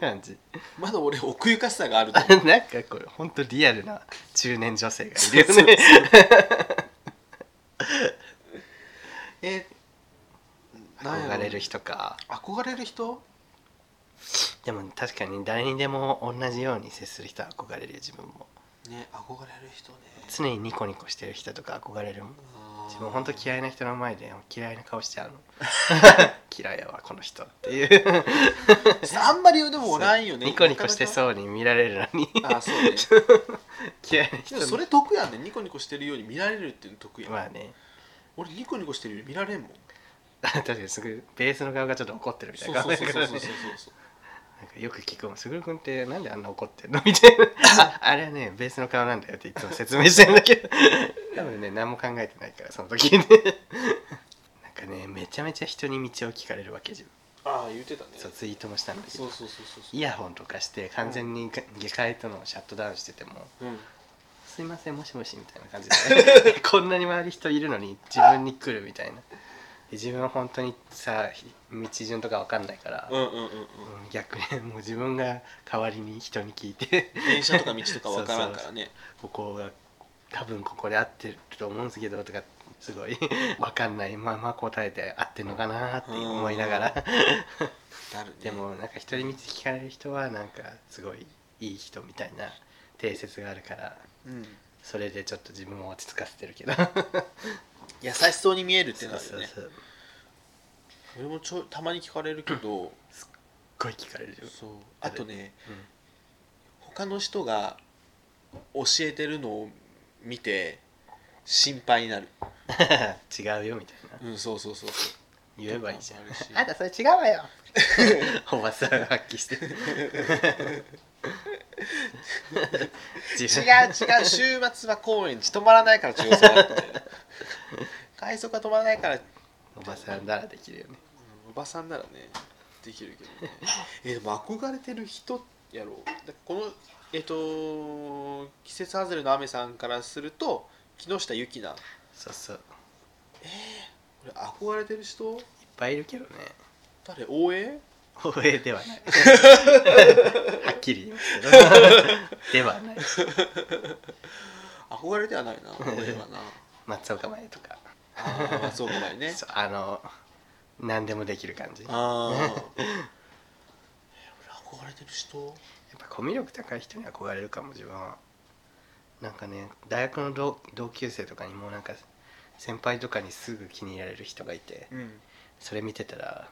Speaker 2: 感じ
Speaker 1: まだ俺奥ゆかしさがあると
Speaker 2: *laughs* なん
Speaker 1: 思
Speaker 2: かこれほんとリアルな中年女性がい
Speaker 1: *laughs*
Speaker 2: るよねえ
Speaker 1: うなんやろ
Speaker 2: 憧れる人か
Speaker 1: 憧れる人
Speaker 2: でも確かに誰にでも同じように接する人は憧れるよ自分も
Speaker 1: ね憧れる人ね
Speaker 2: 常にニコニコしてる人とか憧れるもん
Speaker 1: あー
Speaker 2: 自分ほんと嫌いな人の前で嫌いな顔し
Speaker 1: *laughs*
Speaker 2: ちゃうの嫌いやわこの人っていう
Speaker 1: あんまりでもおらんよね
Speaker 2: ニコニコして
Speaker 1: う
Speaker 2: そうに見られるのに
Speaker 1: あーそうね
Speaker 2: *laughs* 嫌いな
Speaker 1: で
Speaker 2: 人
Speaker 1: も
Speaker 2: の
Speaker 1: それ得やんねニコニコしてるように見られるっていうの得やん、
Speaker 2: まあね *laughs*
Speaker 1: 俺ニコニコしてるように見られんもん
Speaker 2: 確かにすぐベースの顔がちょっと怒ってるみた
Speaker 1: そ
Speaker 2: いうな
Speaker 1: そう
Speaker 2: 顔だ
Speaker 1: そ
Speaker 2: か
Speaker 1: うそうそ
Speaker 2: ら
Speaker 1: う
Speaker 2: ね
Speaker 1: そう
Speaker 2: なんかよく聞くもん「すぐるくんってなんであんな怒ってんの?」みたいな
Speaker 1: *laughs*
Speaker 2: あ「あれはねベースの顔なんだよ」っていつも説明してるんだけど多分ね何も考えてないからその時にね *laughs* なんかねめちゃめちゃ人に道を聞かれるわけ自分
Speaker 1: *laughs* ああ言ってたね
Speaker 2: そ
Speaker 1: そうう
Speaker 2: ツイートもしたんだけ
Speaker 1: そ
Speaker 2: ど
Speaker 1: うそうそうそう
Speaker 2: イヤホンとかして完全に下界とのシャットダウンしてても
Speaker 1: うん
Speaker 2: 「すいませんもしもし」みたいな感じ
Speaker 1: *laughs*
Speaker 2: でこんなに周り人いるのに自分に来るみたいなで自分は本当にさ道順とか分かんないから、
Speaker 1: うんうんうんうん
Speaker 2: うん逆に *laughs* もう自分が代わりに人に聞いて *laughs*
Speaker 1: 電車とか道とかわからんからね
Speaker 2: ここが多分ここで合ってると思うんですけどとかすごい *laughs* わかんないまま答えて合ってんのかなって思いながら
Speaker 1: なるね
Speaker 2: *laughs* でもなんか人に道聞かれる人はなんかすごいいい人みたいな定説があるから
Speaker 1: うん
Speaker 2: それでちょっと自分を落ち着かせてる
Speaker 1: *laughs*
Speaker 2: けど
Speaker 1: 優しそうに見えるって
Speaker 2: そう
Speaker 1: なるよ
Speaker 2: *laughs* そう
Speaker 1: ね
Speaker 2: そう
Speaker 1: 俺もちょたまに聞かれるけど
Speaker 2: すっごい聞かれるよ、 *laughs*
Speaker 1: そうあとね
Speaker 2: うん
Speaker 1: 他の人が教えてるのを見て心配になる
Speaker 2: 違うよみたいな
Speaker 1: うんそうそうそうそう
Speaker 2: 言えばいいじゃん
Speaker 1: とかもあるし
Speaker 2: あんたそれ違うわよ *laughs* おばさん発揮して
Speaker 1: 違
Speaker 2: 自
Speaker 1: う
Speaker 2: 分
Speaker 1: 違う週末は高円寺止まらないから中央 *laughs* 線だって快速は止まらないから、うん
Speaker 2: おばさんならできるよね
Speaker 1: おばさんならねできるけどねえでも憧れてる人やろだこのえっ、と季節外れの雨さんからすると木下ゆきな
Speaker 2: そうそう
Speaker 1: 俺憧れてる人
Speaker 2: いっぱいいるけどね
Speaker 1: 誰応援
Speaker 2: 応援ではない *laughs* はっきり言います *laughs* けどではない
Speaker 1: 憧れではないな俺はな
Speaker 2: 松岡前とか
Speaker 1: ああそうごめん *laughs* ね
Speaker 2: そうあの何でもできる感じやっ
Speaker 1: ああ俺憧れてる人
Speaker 2: ぱコミュ力高い人に憧れるかも自分はなんかね大学の同同級生とかにもなんか先輩とかにすぐ気に入られる人がいて、
Speaker 1: うん
Speaker 2: それ見てたら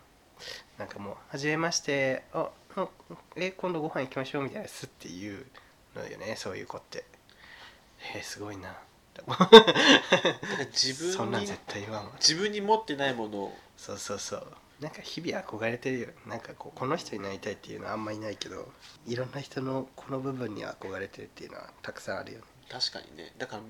Speaker 2: なんかもう「はじめましてああえ今度ご飯行きましょう」みたいな「す」って言うのよねそういう子ってえー、すごいなって思う
Speaker 1: だから *laughs* 自分に
Speaker 2: そんなん絶対言わんわ
Speaker 1: 自分に持ってないものを
Speaker 2: そうそうそうなんか日々憧れてるよなんかこうこの人になりたいっていうのはあんまりないけどいろんな人のこの部分には憧れてるっていうのはたくさんあるよね
Speaker 1: 確かにねだから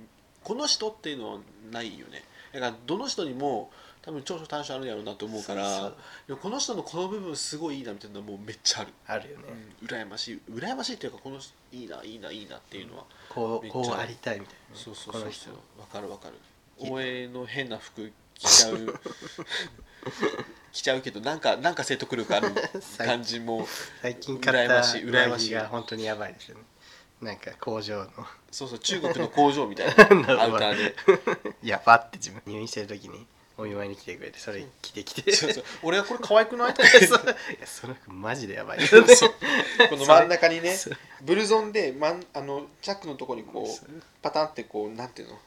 Speaker 1: この人っていうのはないよねだからどの人にも多分長所短所あるやろうなと思うから
Speaker 2: そうそう
Speaker 1: でもこの人のこの部分すごいいいなみたいなのはもうめっちゃある、
Speaker 2: あるよね、
Speaker 1: うん、羨ましい羨ましいっていうかこの人いいないいないいなっていうのは、
Speaker 2: こう
Speaker 1: めっちゃ
Speaker 2: こうありたいみたいなね
Speaker 1: そうそう
Speaker 2: こ
Speaker 1: そ
Speaker 2: の
Speaker 1: う
Speaker 2: 人
Speaker 1: そうわかるわかる応援の変な服着ちゃ *laughs* う着ちゃうけどなんかなんか説得 *laughs* 力ある感じも
Speaker 2: 最近買った
Speaker 1: 羨ましい羨ましい
Speaker 2: 上着が本当にやばいですよねなんか工場の
Speaker 1: そうそう中国の工場み *laughs* たいなアウターで。
Speaker 2: *laughs* やばって自分入院してる時にお見舞いに来てくれてそれ着てきて
Speaker 1: そう
Speaker 2: *laughs*
Speaker 1: そ
Speaker 2: そう
Speaker 1: 俺はこれ可愛くない
Speaker 2: ういやその服マジで
Speaker 1: *laughs*
Speaker 2: やばいよね
Speaker 1: この真ん中にね
Speaker 2: そう
Speaker 1: ブルゾンで、まん、あのチャックのとこにこ
Speaker 2: そう
Speaker 1: パタンってこうなんていうの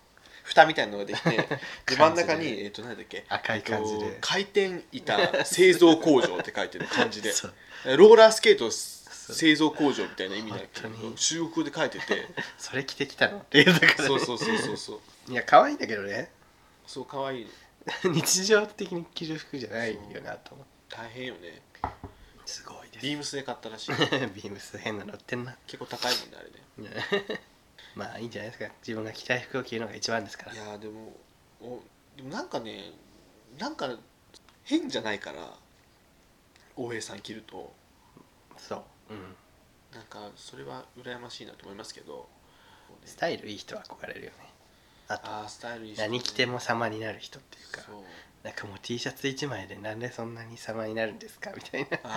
Speaker 1: 蓋みたいなのが
Speaker 2: *laughs*
Speaker 1: できてで真ん中に
Speaker 2: 感じで
Speaker 1: えっ、と何だっけ
Speaker 2: 赤い感じで
Speaker 1: えっと回転板製造工場って書いてる感じで
Speaker 2: そう
Speaker 1: ローラースケート
Speaker 2: う
Speaker 1: 製造工場みたいな意味だけど
Speaker 2: 本当に
Speaker 1: 中国語で書いて
Speaker 2: *laughs*
Speaker 1: て
Speaker 2: それ着てきたのって言うたから、ね、
Speaker 1: そうそうそうそうそう
Speaker 2: いや可愛いんだけどね *laughs*
Speaker 1: そう可愛い
Speaker 2: 日常的に着る服じゃないよなと思って
Speaker 1: 大変よね
Speaker 2: すごいです
Speaker 1: ビームスで買ったらしい
Speaker 2: *laughs* ビームス変なの売ってんな *laughs*
Speaker 1: 結構高いもんねあれね
Speaker 2: まあいいんじゃないですか自分が着たい服を着るのが一番ですから
Speaker 1: いやーでもおでもなんかねなんか変じゃないから大平さん着ると
Speaker 2: そう、うん、
Speaker 1: なんかそれは羨ましいなと思いますけど、
Speaker 2: スタイルいい人は憧れるよねあと
Speaker 1: あースタイルいいっすね
Speaker 2: 何着ても様になる人っていうか
Speaker 1: そう
Speaker 2: なんかもう T シャツ1枚でなんでそんなに様になるんですかみたいな
Speaker 1: あ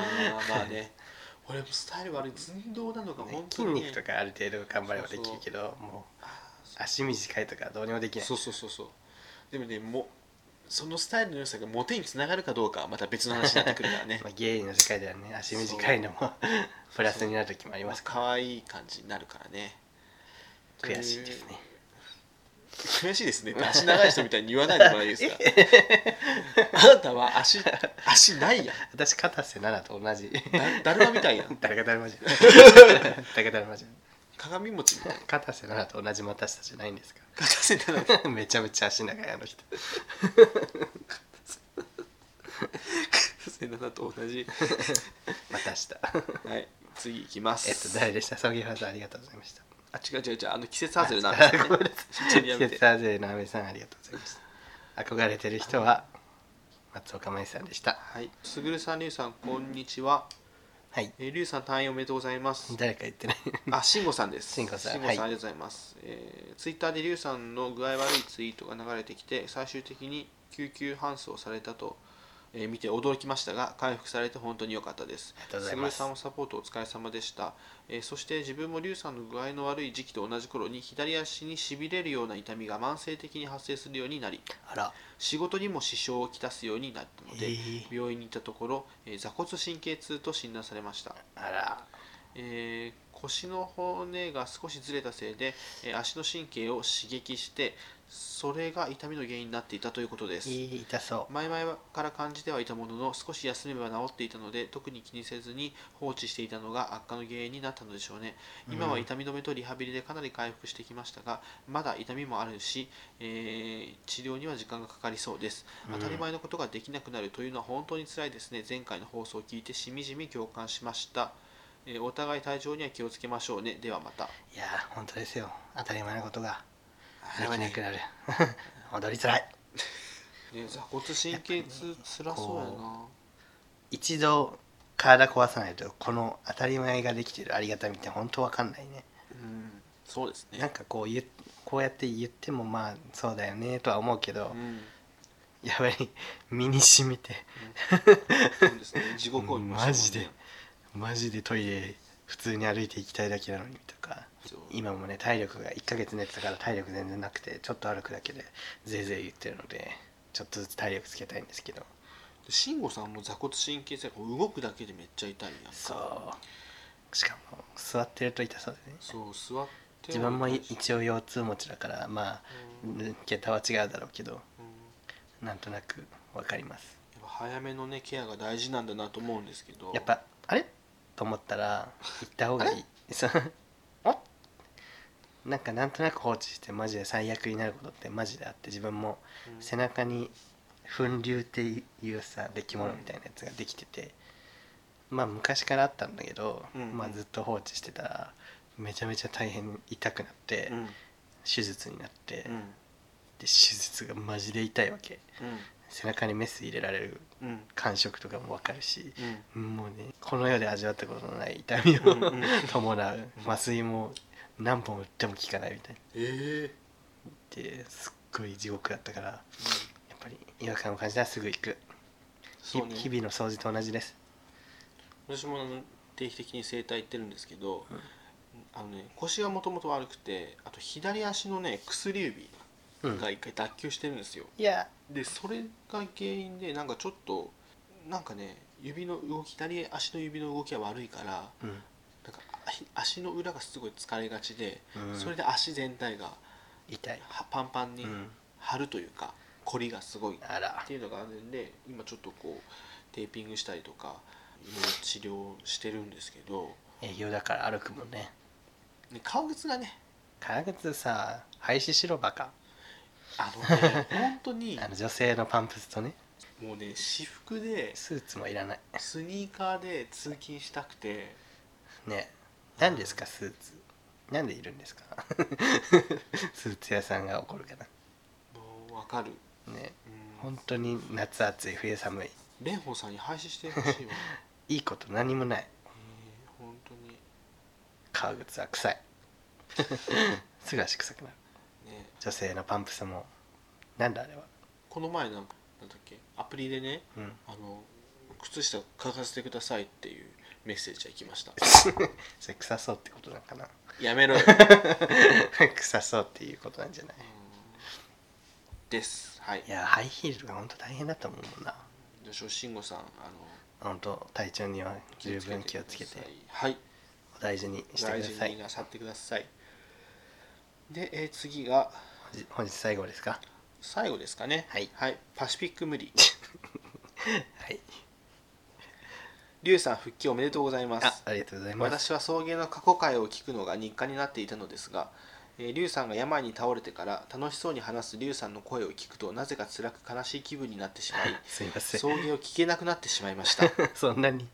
Speaker 1: ーまあね *laughs* 俺もスタイル悪い寸胴なのが
Speaker 2: ね
Speaker 1: 本当
Speaker 2: 筋
Speaker 1: に、ね、
Speaker 2: 肉とかある程度頑張ればできるけども
Speaker 1: あー
Speaker 2: う足短いとかどうにもできない
Speaker 1: そうそうそうそうでもねもそのスタイルの良さがモテにつながるかどうかはまた別の話になってくるからね
Speaker 2: *laughs* まあ、ゲイの世界ではね足短いのも *laughs* プラスになる時もあり
Speaker 1: ま
Speaker 2: ま
Speaker 1: あ
Speaker 2: すから
Speaker 1: 可愛い感じになるからね
Speaker 2: 悔しいですね
Speaker 1: 悔しいですねって足長い人みたいに言わないでもらえですか *laughs* あなたは足足ないやん
Speaker 2: 私片瀬奈々と
Speaker 1: *laughs*
Speaker 2: 同じ
Speaker 1: だだるまみたいやん
Speaker 2: 誰が誰まじゃん *laughs* 誰が誰まじゃん
Speaker 1: 鏡餅みたいな
Speaker 2: 片瀬奈々と同じ私たちじゃないんですか *laughs*
Speaker 1: 片瀬長い
Speaker 2: めちゃめちゃ足長いあの人
Speaker 1: 片瀬長と同じ
Speaker 2: また
Speaker 1: *laughs*
Speaker 2: した
Speaker 1: はい次行きます
Speaker 2: えっと誰でした葬儀原さんありがとうございました
Speaker 1: あ違う違う違うあの季節外れな
Speaker 2: ごめんなさい
Speaker 1: や
Speaker 2: 季
Speaker 1: めて
Speaker 2: 節外れの阿部さんありがとうございました憧れてる人は松岡茉優さんでした
Speaker 1: はいすぐるさんりゅうさんこんにちは
Speaker 2: はい
Speaker 1: えーりゅうさん退院おめでとうございます
Speaker 2: 誰か言ってない
Speaker 1: あ、慎吾さんです。
Speaker 2: 慎吾さん
Speaker 1: ありが
Speaker 2: はい
Speaker 1: とうございます。えーツイッターでリュウさんの具合悪いツイートが流れてきて、最終的に救急搬送されたと、えー見て驚きましたが、回復されて本当に良かったです
Speaker 2: ありがとう。ござ
Speaker 1: す
Speaker 2: い
Speaker 1: ぐる
Speaker 2: ます
Speaker 1: さんもサポートお疲れ様でした。えーそして自分もリュウさんの具合の悪い時期と同じ頃に、左足にしびれるような痛みが慢性的に発生するようになり、
Speaker 2: あら
Speaker 1: 仕事にも支障をきたすようになったので、
Speaker 2: えー
Speaker 1: 病院に行ったところ、えー座骨神経痛と診断されました。
Speaker 2: あら
Speaker 1: えー腰の骨が少しずれたせいで、えー足の神経を刺激してそれが痛みの原因になっていたということです
Speaker 2: いい痛そう
Speaker 1: 前々から感じてはいたものの少し休めば治っていたので特に気にせずに放置していたのが悪化の原因になったのでしょうね今は痛み止めとリハビリでかなり回復してきましたがまだ痛みもあるし、えー治療には時間がかかりそうです当たり前のことができなくなるというのは本当に辛いですね前回の放送を聞いてしみじみ共感しました、えーお互い体調には気をつけましょうねではまた
Speaker 2: いやー本当ですよ当たり前のことができなくなる戻りづらい
Speaker 1: ね座骨神経痛辛そうやな
Speaker 2: 一度体壊さないとこの当たり前ができてるありがたみって本当わかんないね
Speaker 1: うんそうです
Speaker 2: な
Speaker 1: ね
Speaker 2: んかこう言っこうやって言ってもまあそうだよねとは思うけど、
Speaker 1: うん
Speaker 2: やっぱり身に染みて
Speaker 1: そう
Speaker 2: *laughs*
Speaker 1: ですね地獄を見ましたもん
Speaker 2: マ
Speaker 1: ね
Speaker 2: ジでマジでトイレ普通に歩いて行きたいだけなのにとか
Speaker 1: そう
Speaker 2: 今もね体力が1ヶ月寝てたから体力全然なくてちょっと歩くだけでぜいぜい言ってるのでちょっとずつ体力つけたいんですけど
Speaker 1: で慎吾さんも座骨神経痛が動くだけでめっちゃ痛いやん
Speaker 2: そうしかも座ってると痛そうでね
Speaker 1: そう座って
Speaker 2: 自分もい
Speaker 1: 痛いし
Speaker 2: 一応腰痛持ちだからまあ
Speaker 1: うん
Speaker 2: 桁は違うだろうけど
Speaker 1: うん
Speaker 2: なんとなく分かります
Speaker 1: やっぱ早めのねケアが大事なんだなと思うんですけど
Speaker 2: やっぱあれと思ったら行った方がいいそうおなんかなんとなく放置してマジで最悪になることってマジであって自分も
Speaker 1: うん
Speaker 2: 背中に粉瘤っていうさ出来物みたいなやつができててまあ昔からあったんだけど、
Speaker 1: うんうん
Speaker 2: まあ、ずっと放置してたらめちゃめちゃ大変痛くなって、
Speaker 1: うん
Speaker 2: 手術になって、
Speaker 1: う
Speaker 2: で
Speaker 1: ん
Speaker 2: 手術がマジで痛いわけ背中にメス入れられる
Speaker 1: うんうん
Speaker 2: 感触とかも分かるし、
Speaker 1: うん
Speaker 2: もうねこの世で味わったことのない痛みを
Speaker 1: うんうん
Speaker 2: 伴う麻酔も何本打っても効かないみたいな
Speaker 1: ええ
Speaker 2: ですっごい地獄だったからやっぱり違和感を感じたらすぐ行く、ひ
Speaker 1: そうね
Speaker 2: 日々の掃除と同じです
Speaker 1: 私もあの定期的に整体行ってるんですけど
Speaker 2: うん
Speaker 1: あのね腰がもともと悪くてあと左足のね薬指
Speaker 2: うん
Speaker 1: が一回脱臼してるんですよ
Speaker 2: いや
Speaker 1: でそれが原因でなんかちょっとなんかね指の動き左足の指の動きが悪いから
Speaker 2: うん
Speaker 1: なんか足足の裏がすごい疲れがちで、
Speaker 2: うん
Speaker 1: それで足全体が
Speaker 2: 痛い
Speaker 1: はパンパンに
Speaker 2: うん
Speaker 1: 張るというか、凝りがすごいっ
Speaker 2: あら
Speaker 1: ていうのがあるんで今ちょっとこうテーピングしたりとかいろいろ治療してるんですけど
Speaker 2: 営業だから歩くもんね
Speaker 1: ね革靴がね
Speaker 2: 革靴さ廃止しろバカ
Speaker 1: あの
Speaker 2: *laughs*
Speaker 1: ね本当に
Speaker 2: あの女性のパンプスとね
Speaker 1: もうね私服で
Speaker 2: スーツもいらない
Speaker 1: スニーカーで通勤したくて
Speaker 2: ね何ですかスーツなんでいるんですか *laughs* スーツ屋さんが怒るか
Speaker 1: もう分かる、
Speaker 2: なね
Speaker 1: うん、
Speaker 2: 本当に夏暑い冬寒い
Speaker 1: 蓮舫さんに廃止してほ
Speaker 2: *laughs*
Speaker 1: しいわ、
Speaker 2: いいこと何もない
Speaker 1: えー、本当に
Speaker 2: *laughs* 革靴は臭いすぐ足臭くなる
Speaker 1: ね
Speaker 2: 女性のパンプスもなんだあれは
Speaker 1: この前なんかなんだっけアプリでね
Speaker 2: うん *laughs*
Speaker 1: あの靴下書かせてくださいっていうメッセージが来ま
Speaker 2: *laughs*
Speaker 1: した
Speaker 2: それ臭そうってことなんかな *laughs*
Speaker 1: やめろよ
Speaker 2: 臭そうっていうことなんじゃない
Speaker 1: ですはい
Speaker 2: いやハイヒールとかほんと大変だと思うもんな
Speaker 1: じゃあ慎吾さんあの
Speaker 2: ほんと体調には十分気をつけて
Speaker 1: くださいはい
Speaker 2: お大事にしてく
Speaker 1: 大
Speaker 2: だ
Speaker 1: 事
Speaker 2: さい
Speaker 1: になさってくださいで、えー次が
Speaker 2: 本日本日最後ですか
Speaker 1: 最後ですかね
Speaker 2: はい
Speaker 1: はい、パシフィック無理
Speaker 2: はい
Speaker 1: リュウさん復帰おめでとうございま
Speaker 2: あ
Speaker 1: す
Speaker 2: ありがとうございます
Speaker 1: 私は送迎の過去回を聞くのが日課になっていたのですが、えー、リュウさんが病に倒れてから楽しそうに話すリュウさんの声を聞くとなぜか辛く悲しい気分になってしまい
Speaker 2: すいま *laughs* せん
Speaker 1: 送迎を聞けなくなってしまいました
Speaker 2: *laughs* そんなに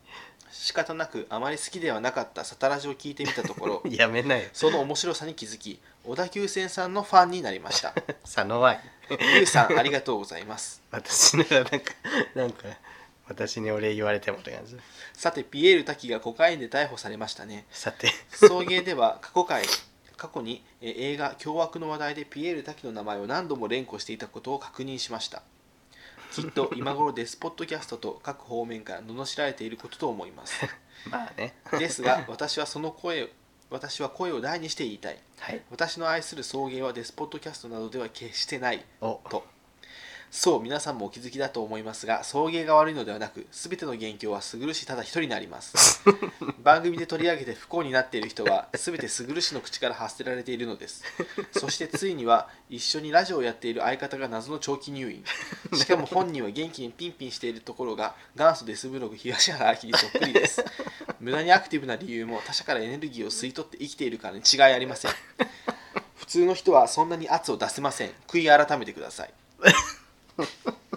Speaker 1: 仕方なくあまり好きではなかったサタラジを聞いてみたところ *laughs*
Speaker 2: やめなよ
Speaker 1: その面白さに気づき小田急線さんのファンになりました
Speaker 2: *laughs* 佐野は
Speaker 1: リュウさんありがとうございます
Speaker 2: 私ならなんかなんか私にお礼言われてもって感じ
Speaker 1: さてピエール滝がコカインで逮捕されましたね
Speaker 2: さて
Speaker 1: 送迎では過去回過去にえー映画「凶悪」の話題でピエール滝の名前を何度も連呼していたことを確認しましたきっと今頃デスポッドキャストと各方面から罵られていることと思います
Speaker 2: まあね
Speaker 1: ですが私はその声を私は声を大にして言いたい
Speaker 2: はい
Speaker 1: 私の愛する送迎はデスポッドキャストなどでは決してない
Speaker 2: お
Speaker 1: とそう皆さんもお気づきだと思いますが送迎が悪いのではなく全ての元凶は卓氏ただ一人になります番組で取り上げて不幸になっている人は全て卓氏の口から発せられているのですそしてついには一緒にラジオをやっている相方が謎の長期入院しかも本人は元気にピンピンしているところが元祖デスブログ東原明にそっくりです無駄にアクティブな理由も他者からエネルギーを吸い取って生きているからに違いありません普通の人はそんなに圧を出せません悔い改めてください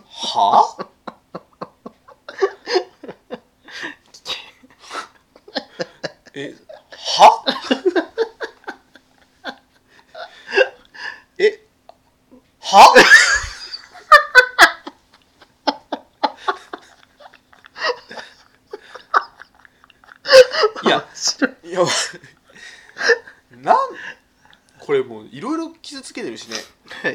Speaker 1: はあえはえはいやいやなんこれもういろいろ傷つけてるしね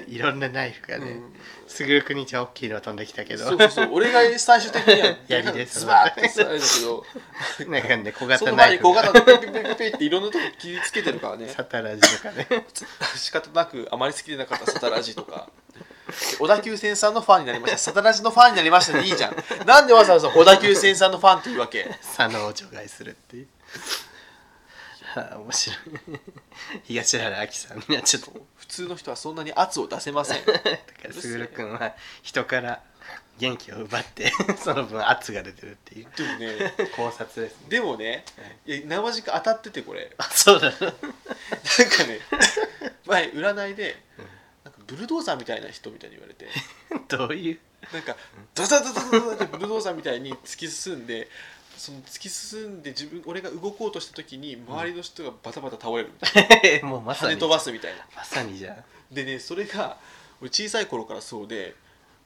Speaker 2: いろんなナイフがね、
Speaker 1: うん
Speaker 2: すぐるくにちゃん大きいのが飛んできたけど
Speaker 1: そうそうそう俺が最終的には
Speaker 2: 槍です
Speaker 1: ズバーって刺されるけ
Speaker 2: なんかね小
Speaker 1: どそ
Speaker 2: 型
Speaker 1: の
Speaker 2: ナ
Speaker 1: 前
Speaker 2: イ
Speaker 1: に
Speaker 2: フ
Speaker 1: 小
Speaker 2: が
Speaker 1: 型でペペペペペっていろんなとこ傷つけてるからね
Speaker 2: サタラジとかね
Speaker 1: 仕方なくあまり好きでなかったサタラジとか小田急線さんのファンになりましたサタラジのファンになりましたでいいじゃんなんでわざわざ小田急線さんのファンっていうわけ
Speaker 2: 佐野を除外するっていうはあ面白い東原亜希さんになっちゃった
Speaker 1: 普通の人はそんなに圧を出せません
Speaker 2: だからすぐるくんは人から元気を奪って
Speaker 1: *laughs*
Speaker 2: その分圧が出てるっていう
Speaker 1: でもね
Speaker 2: 考察ですね
Speaker 1: でもねいや生じか当たっててこれ
Speaker 2: あそうだな
Speaker 1: なんかね前占いでなんかブルドーザーみたいな人みたいに言われて
Speaker 2: *laughs* どういう
Speaker 1: なんかダダダダダダってブルドーザーみたいに突き進んでその突き進んで自分俺が動こうとした時に周りの人がバタバタ倒れるみたい
Speaker 2: *laughs* もうま
Speaker 1: な
Speaker 2: さ
Speaker 1: 跳ね
Speaker 2: に
Speaker 1: 飛ばすみたいな
Speaker 2: まさにじゃん
Speaker 1: でねそれが俺小さい頃からそうで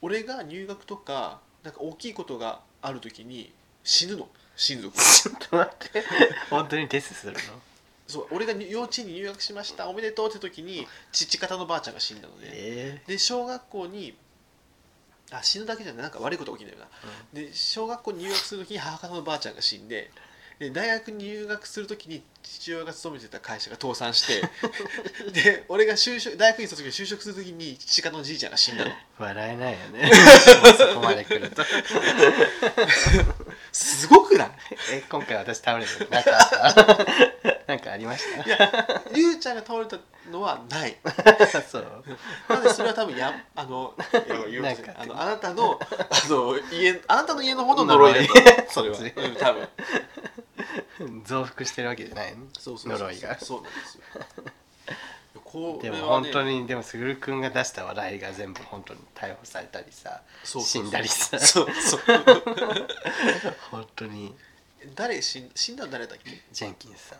Speaker 1: 俺が入学とかなんか大きいことがある時に死ぬの親族
Speaker 2: ちょっと待って本当にデスするの
Speaker 1: そう俺が幼稚園に入学しましたおめでとうって時に父方のばあちゃんが死んだので、
Speaker 2: え
Speaker 1: で小学校にあ死ぬだけじゃないなんか悪いことが起きてるな、で小学校に入学する時に母方のばあちゃんが死んでで大学に入学する時に父親が勤めてた会社が倒産して *laughs* で俺が就職大学院卒業就職する時に父方のじいちゃんが死んだの
Speaker 2: ー笑えないよ
Speaker 1: *laughs*
Speaker 2: ねもうそこまで来ると
Speaker 1: すごくない
Speaker 2: え今回私倒れてるなんか
Speaker 1: *laughs*
Speaker 2: あったなんかありまし
Speaker 1: いやゆうちゃんが倒れたのはない
Speaker 2: たそう
Speaker 1: なのでそれは多分やあ *laughs* のいや言うことじゃないあのあなたのあの家あなたの家の方の呪いだと
Speaker 2: 呪
Speaker 1: *laughs*
Speaker 2: い
Speaker 1: それは、うん、多分
Speaker 2: 増幅してるわけじゃないの
Speaker 1: そうそうそう
Speaker 2: 呪いが
Speaker 1: そうなんですよこれ
Speaker 2: で
Speaker 1: はね
Speaker 2: も本当にでもすぐるくんが出した笑いが全部本当に逮捕されたりさ
Speaker 1: そうそうそう
Speaker 2: 死んだりさ
Speaker 1: そうそう
Speaker 2: *laughs* 本当に
Speaker 1: 誰死ん死んだの誰だっけ
Speaker 2: ジェンキンスさん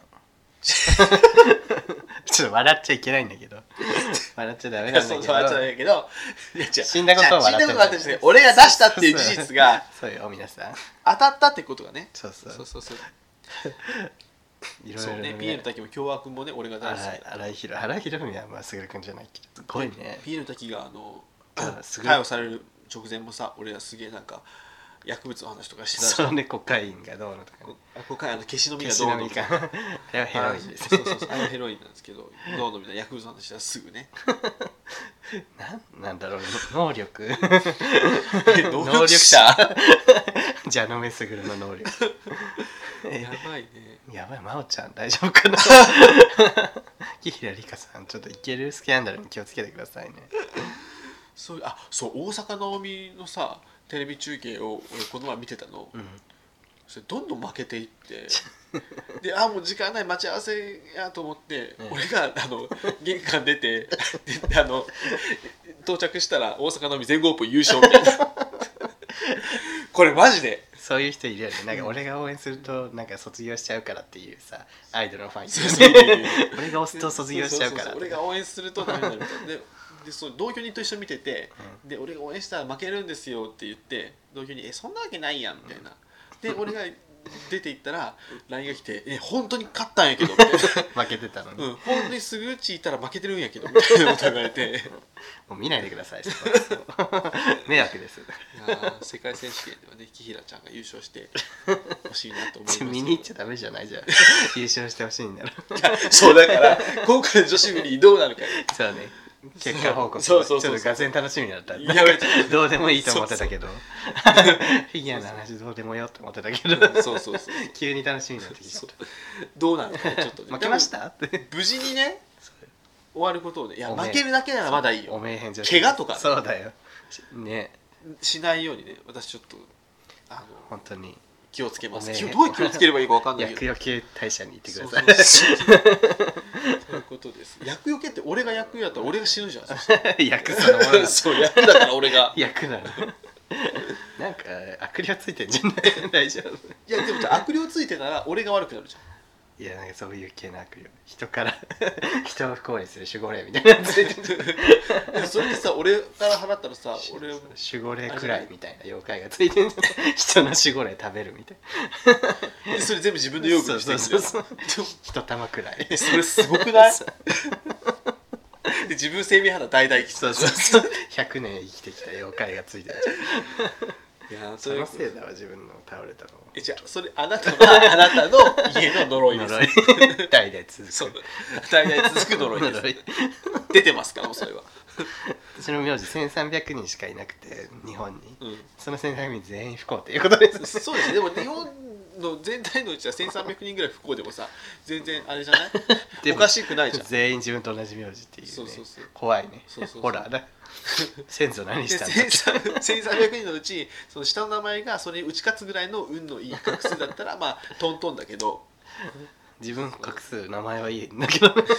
Speaker 2: *laughs* ちょっと笑っちゃいけないん
Speaker 1: *laughs*
Speaker 2: だけど笑っちゃダメなんだ
Speaker 1: そ
Speaker 2: け
Speaker 1: う
Speaker 2: ど
Speaker 1: そうあっちゃうんだけどいや違う
Speaker 2: 死んだことは笑って
Speaker 1: 違う死んだことは笑ってない俺が出したっていう事実が
Speaker 2: そうそうそうよ皆さん
Speaker 1: 当たったってことがね
Speaker 2: そうそう
Speaker 1: そうそうそう
Speaker 2: いろい
Speaker 1: そ
Speaker 2: ろ
Speaker 1: うね
Speaker 2: ね
Speaker 1: PA の滝も共和君もね俺が大好き、
Speaker 2: 荒井荒井宏荒井宏文はまあすぐる君じゃないけどすごいね
Speaker 1: PA の滝があの
Speaker 2: あすごい
Speaker 1: 逮捕される直前もさ俺はすげえなんか薬物の話とかしてたじゃ
Speaker 2: そ
Speaker 1: ん
Speaker 2: うねコカインがどうのとかね
Speaker 1: ここからあの消しのみ
Speaker 2: 消
Speaker 1: が
Speaker 2: し
Speaker 1: どう
Speaker 2: の
Speaker 1: の
Speaker 2: み
Speaker 1: とか
Speaker 2: かあれはヘロインです
Speaker 1: そうそうそうあれはヘロインなんですけどどうのみたいな薬物の話したらすぐ
Speaker 2: *laughs*
Speaker 1: ね
Speaker 2: なんなんだろう能力 *laughs*
Speaker 1: 能力 *laughs* 者
Speaker 2: じゃのめすぐるの能力
Speaker 1: やばいね
Speaker 2: やばい真央ちゃん大丈夫か
Speaker 1: *laughs*
Speaker 2: な紀平梨花さんちょっといけるスキャンダルに気をつけてくださいね
Speaker 1: そうあそう大阪なおみのさテレビ中継を俺この前見てたの、
Speaker 2: うん
Speaker 1: それどんどん負けていってであもう時間ない待ち合わせやと思って、
Speaker 2: うん
Speaker 1: 俺があの玄関出てであの到着したら大阪のみ全豪オープン優勝みたい
Speaker 2: *laughs*
Speaker 1: なこれマジで
Speaker 2: そういう人いるよねなんか俺が応援するとなんか卒業しちゃうからっていうさアイドルのファン
Speaker 1: そうそう
Speaker 2: いるよね *laughs* 俺が押すと卒業しちゃうから
Speaker 1: そそそそ俺が応援するとダメになるみたいなででそう同居人と一緒に見てて、で俺が応援したら負けるんですよって言って同居人「えそんなわけないやん」みたいな、で俺が出て行ったら LINE が来て「え本当に勝ったんやけど」み
Speaker 2: *laughs*
Speaker 1: たいな。
Speaker 2: 負けてたのに、
Speaker 1: う
Speaker 2: も
Speaker 1: ん、本当にすぐ打ちいたら負けてるんやけどみたいなこと言われていう
Speaker 2: 見ないでく
Speaker 1: *laughs*
Speaker 2: ださいそこは迷惑です
Speaker 1: やー世界選手権ではね紀平ちゃんが優勝してほしいなと思いますけど
Speaker 2: 見に行っちゃダメじゃない
Speaker 1: *laughs*
Speaker 2: じゃん優勝してほしいんだろ
Speaker 1: そうだから今回の女子部にどう
Speaker 2: *laughs*
Speaker 1: なるか
Speaker 2: そうね結果報告
Speaker 1: そうそうそう
Speaker 2: ちょっと合戦楽しみだった
Speaker 1: やめて
Speaker 2: どうでもいいと思ってたけど *laughs* フィギュアの話どうでもよって思ってたけど
Speaker 1: そうそうそう
Speaker 2: 急に楽しみになってきちゃっ
Speaker 1: どうなるかねちょっとね
Speaker 2: た *laughs* 負けましたって
Speaker 1: でも無事にね終わることをねいや
Speaker 2: おめえ
Speaker 1: 負けるだけならまだいい
Speaker 2: お
Speaker 1: よ
Speaker 2: めえ返事
Speaker 1: 怪我とかね
Speaker 2: そうだよね
Speaker 1: しないようにね私ちょっとあの
Speaker 2: 本当に
Speaker 1: 気をつけます
Speaker 2: おめえ
Speaker 1: 気をどう気をつければいいか分かん
Speaker 2: *laughs*
Speaker 1: ないけど
Speaker 2: 薬よけ大社に行ってく
Speaker 1: そ
Speaker 2: だ
Speaker 1: う
Speaker 2: さい
Speaker 1: そうそうそういうこと
Speaker 2: *laughs*
Speaker 1: です厄除けって俺が厄やったら俺が死ぬじゃんそしたら
Speaker 2: 薬そのもの
Speaker 1: *laughs*
Speaker 2: だ
Speaker 1: そう厄だから俺が *laughs*
Speaker 2: 薬なのなんか悪霊ついてんじゃない大丈
Speaker 1: い
Speaker 2: 夫
Speaker 1: やでもじゃあ悪霊ついてたら俺が悪くなる
Speaker 2: *laughs*
Speaker 1: じゃん
Speaker 2: いやなんかそういう系の悪霊人から *laughs* 人を不幸にする守護霊みたいなやつ
Speaker 1: いやそれってさ俺から払ったらさ俺も
Speaker 2: 守護霊くらいみたいな妖怪がついてる
Speaker 1: *laughs*
Speaker 2: 人の守護霊食べるみたい
Speaker 1: でそれ全部自分の用具にして
Speaker 2: そう
Speaker 1: く
Speaker 2: そう
Speaker 1: れるでも
Speaker 2: 一玉くらい *laughs*
Speaker 1: それすごくないで自分生命肌大々生きて
Speaker 2: そうそうそう100年生きてきた妖怪がついてる
Speaker 1: いや
Speaker 2: そ
Speaker 1: それ
Speaker 2: のせいだわ自分の倒れたの
Speaker 1: えじゃあそれあな
Speaker 2: *laughs*
Speaker 1: たはあなたの家の呪いです
Speaker 2: 呪い *laughs* 代々続く
Speaker 1: そう大々続く呪いです
Speaker 2: *laughs* 呪い
Speaker 1: 出てますからもうそれは
Speaker 2: 私の名字1300人しかいなくて日本に、
Speaker 1: うん
Speaker 2: その1300人全員不幸っていうことです
Speaker 1: そうですねでも日本の全体のうちは1300人ぐらい不幸でもさ全然あれじゃない
Speaker 2: で
Speaker 1: お
Speaker 2: も
Speaker 1: かしくないじゃん
Speaker 2: 全員自分と同じ名字っていうね
Speaker 1: そうそうそう
Speaker 2: 怖いね
Speaker 1: そうそうそう
Speaker 2: ホラーだ *laughs* 先祖何
Speaker 1: で
Speaker 2: したんだ
Speaker 1: 1300人のうちその下の名前がそれに打ち勝つぐらいの運のいい画数だったらまあトントンだけど *laughs*
Speaker 2: 自分隠す名前はいいんだけどね *laughs*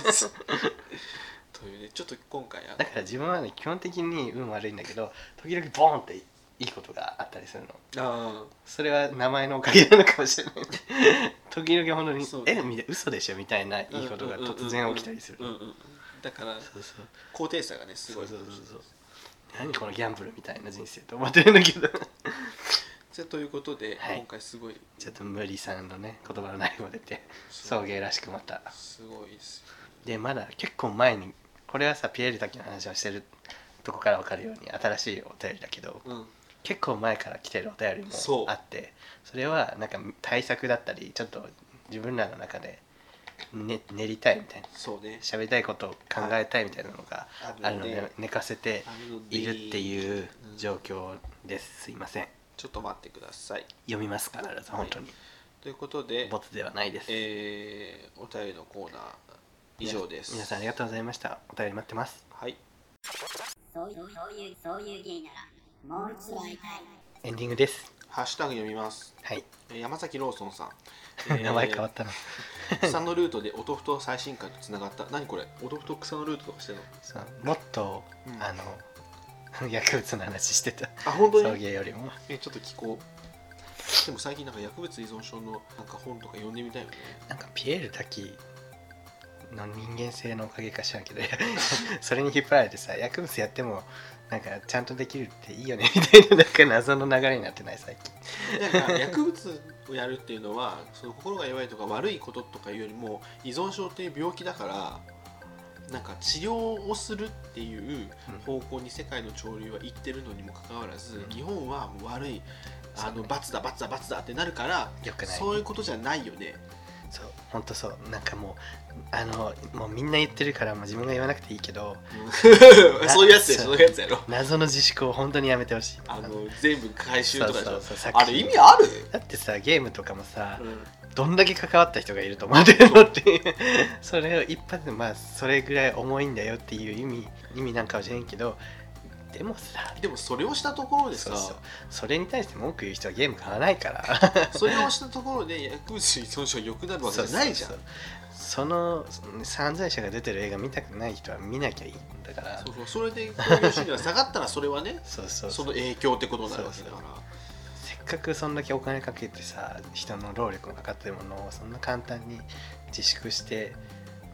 Speaker 1: というねちょっと今回あ
Speaker 2: だから自分はね基本的に運悪いんだけど時々ボーンっていいことがあったりするの
Speaker 1: あ
Speaker 2: それは名前のおかげなのかもしれない *laughs* 時々本当に
Speaker 1: そう
Speaker 2: 「えみたい嘘でしょ」みたいない
Speaker 1: ー
Speaker 2: いことが突然起きたりする
Speaker 1: うんうんうんうんだから
Speaker 2: そうそう
Speaker 1: 高低差がねす
Speaker 2: そ
Speaker 1: ご
Speaker 2: う
Speaker 1: い
Speaker 2: そうそうそう何このギャンブルみたいな人生と思ってるんだけど
Speaker 1: じゃあということで、
Speaker 2: はい
Speaker 1: 今回すごい
Speaker 2: ちょっと無理さんのね言葉の内容も出て
Speaker 1: そう
Speaker 2: 送迎らしくまた
Speaker 1: すごいですよ
Speaker 2: でまだ結構前にこれはさピエール滝の話をしてるとこから分かるように新しいお便りだけど
Speaker 1: うん
Speaker 2: 結構前から来てるお便り
Speaker 1: そう
Speaker 2: もあってそれはなんか対策だったりちょっと自分らの中で、ね、練りたいみたいな
Speaker 1: そうね
Speaker 2: 喋りたいことを考えたいみたいなのがあるの
Speaker 1: あるの
Speaker 2: で
Speaker 1: で
Speaker 2: 寝かせているって
Speaker 1: う
Speaker 2: いう状況ですすいません
Speaker 1: ちょっと待ってください
Speaker 2: 読みますから本当に
Speaker 1: ということで
Speaker 2: ボツではないです
Speaker 1: えーお便りのコーナー以上です
Speaker 2: 皆さんありがとうございましたお便り待ってます
Speaker 1: はい
Speaker 3: そういう、そういう、そういう芸なら、もう一度会いたい。
Speaker 2: エンディングです
Speaker 1: ハッシュタグ読みます
Speaker 2: はい
Speaker 1: えー山崎ローソンさん、えー
Speaker 2: *laughs* 名前変わったの
Speaker 1: 草のルートで音符と最新回とつながった何これ音符と草のルートとかしてるの
Speaker 2: そうもっと、
Speaker 1: うん
Speaker 2: あの *laughs* 薬物の話してた
Speaker 1: あ本
Speaker 2: 送
Speaker 1: 当に、
Speaker 2: 迎よりも
Speaker 1: えーちょっと聞こうでも最近なんか薬物依存症のなんか本とか読んでみたいよね
Speaker 2: なんかピエール滝の人間性のおかげかしらんけど *laughs* それに引っ張られてさ薬物やってもなんか *laughs* ちゃんとできるっていいよねみたいななんか謎の流れになってない最近
Speaker 1: なんか薬物をやるっていうのはその心が弱いとか悪いこととかいうよりも依存症っていう病気だからなんか治療をするっていう方向に世界の潮流は行ってるのにもかかわらず、
Speaker 2: うん
Speaker 1: 日本はもう悪いあ
Speaker 2: そう
Speaker 1: の罰だ罰だ罰だってなるから
Speaker 2: よくない
Speaker 1: そういうことじゃないよね。
Speaker 2: そう本当そうなんかもうあのもうみんな言ってるからもう自分が言わなくていいけど
Speaker 1: そういうやつや
Speaker 2: そ
Speaker 1: そ
Speaker 2: う
Speaker 1: ういうやつやろ。
Speaker 2: 謎の自粛を本当にやめてほしい
Speaker 1: あの全部回収とかでし
Speaker 2: そう
Speaker 1: ょ
Speaker 2: そうそう作。品
Speaker 1: あれ意味ある？
Speaker 2: だってさゲームとかもさ、
Speaker 1: うん
Speaker 2: どんだけ関わった人がいると思ってるのっていう *laughs* それを一発でまあそれぐらい重いんだよっていう意味意味なんかもしれんけどでもさ
Speaker 1: でもそれをしたところでさ
Speaker 2: そうそうそれに対して文句言う人はゲーム買わないから
Speaker 1: それをしたところで薬物依存症が良くなるわけじゃないじゃん
Speaker 2: そうそうそうその犯罪者が出てる映画見たくない人は見なきゃいいんだから
Speaker 1: そうそうそれで興行収入が下がったらそれはね
Speaker 2: そうそう
Speaker 1: そ
Speaker 2: そう
Speaker 1: の影響ってことになるわけだから
Speaker 2: せっかくそんだけお金かけてさ人の労力のかかってるものをそんな簡単に自粛して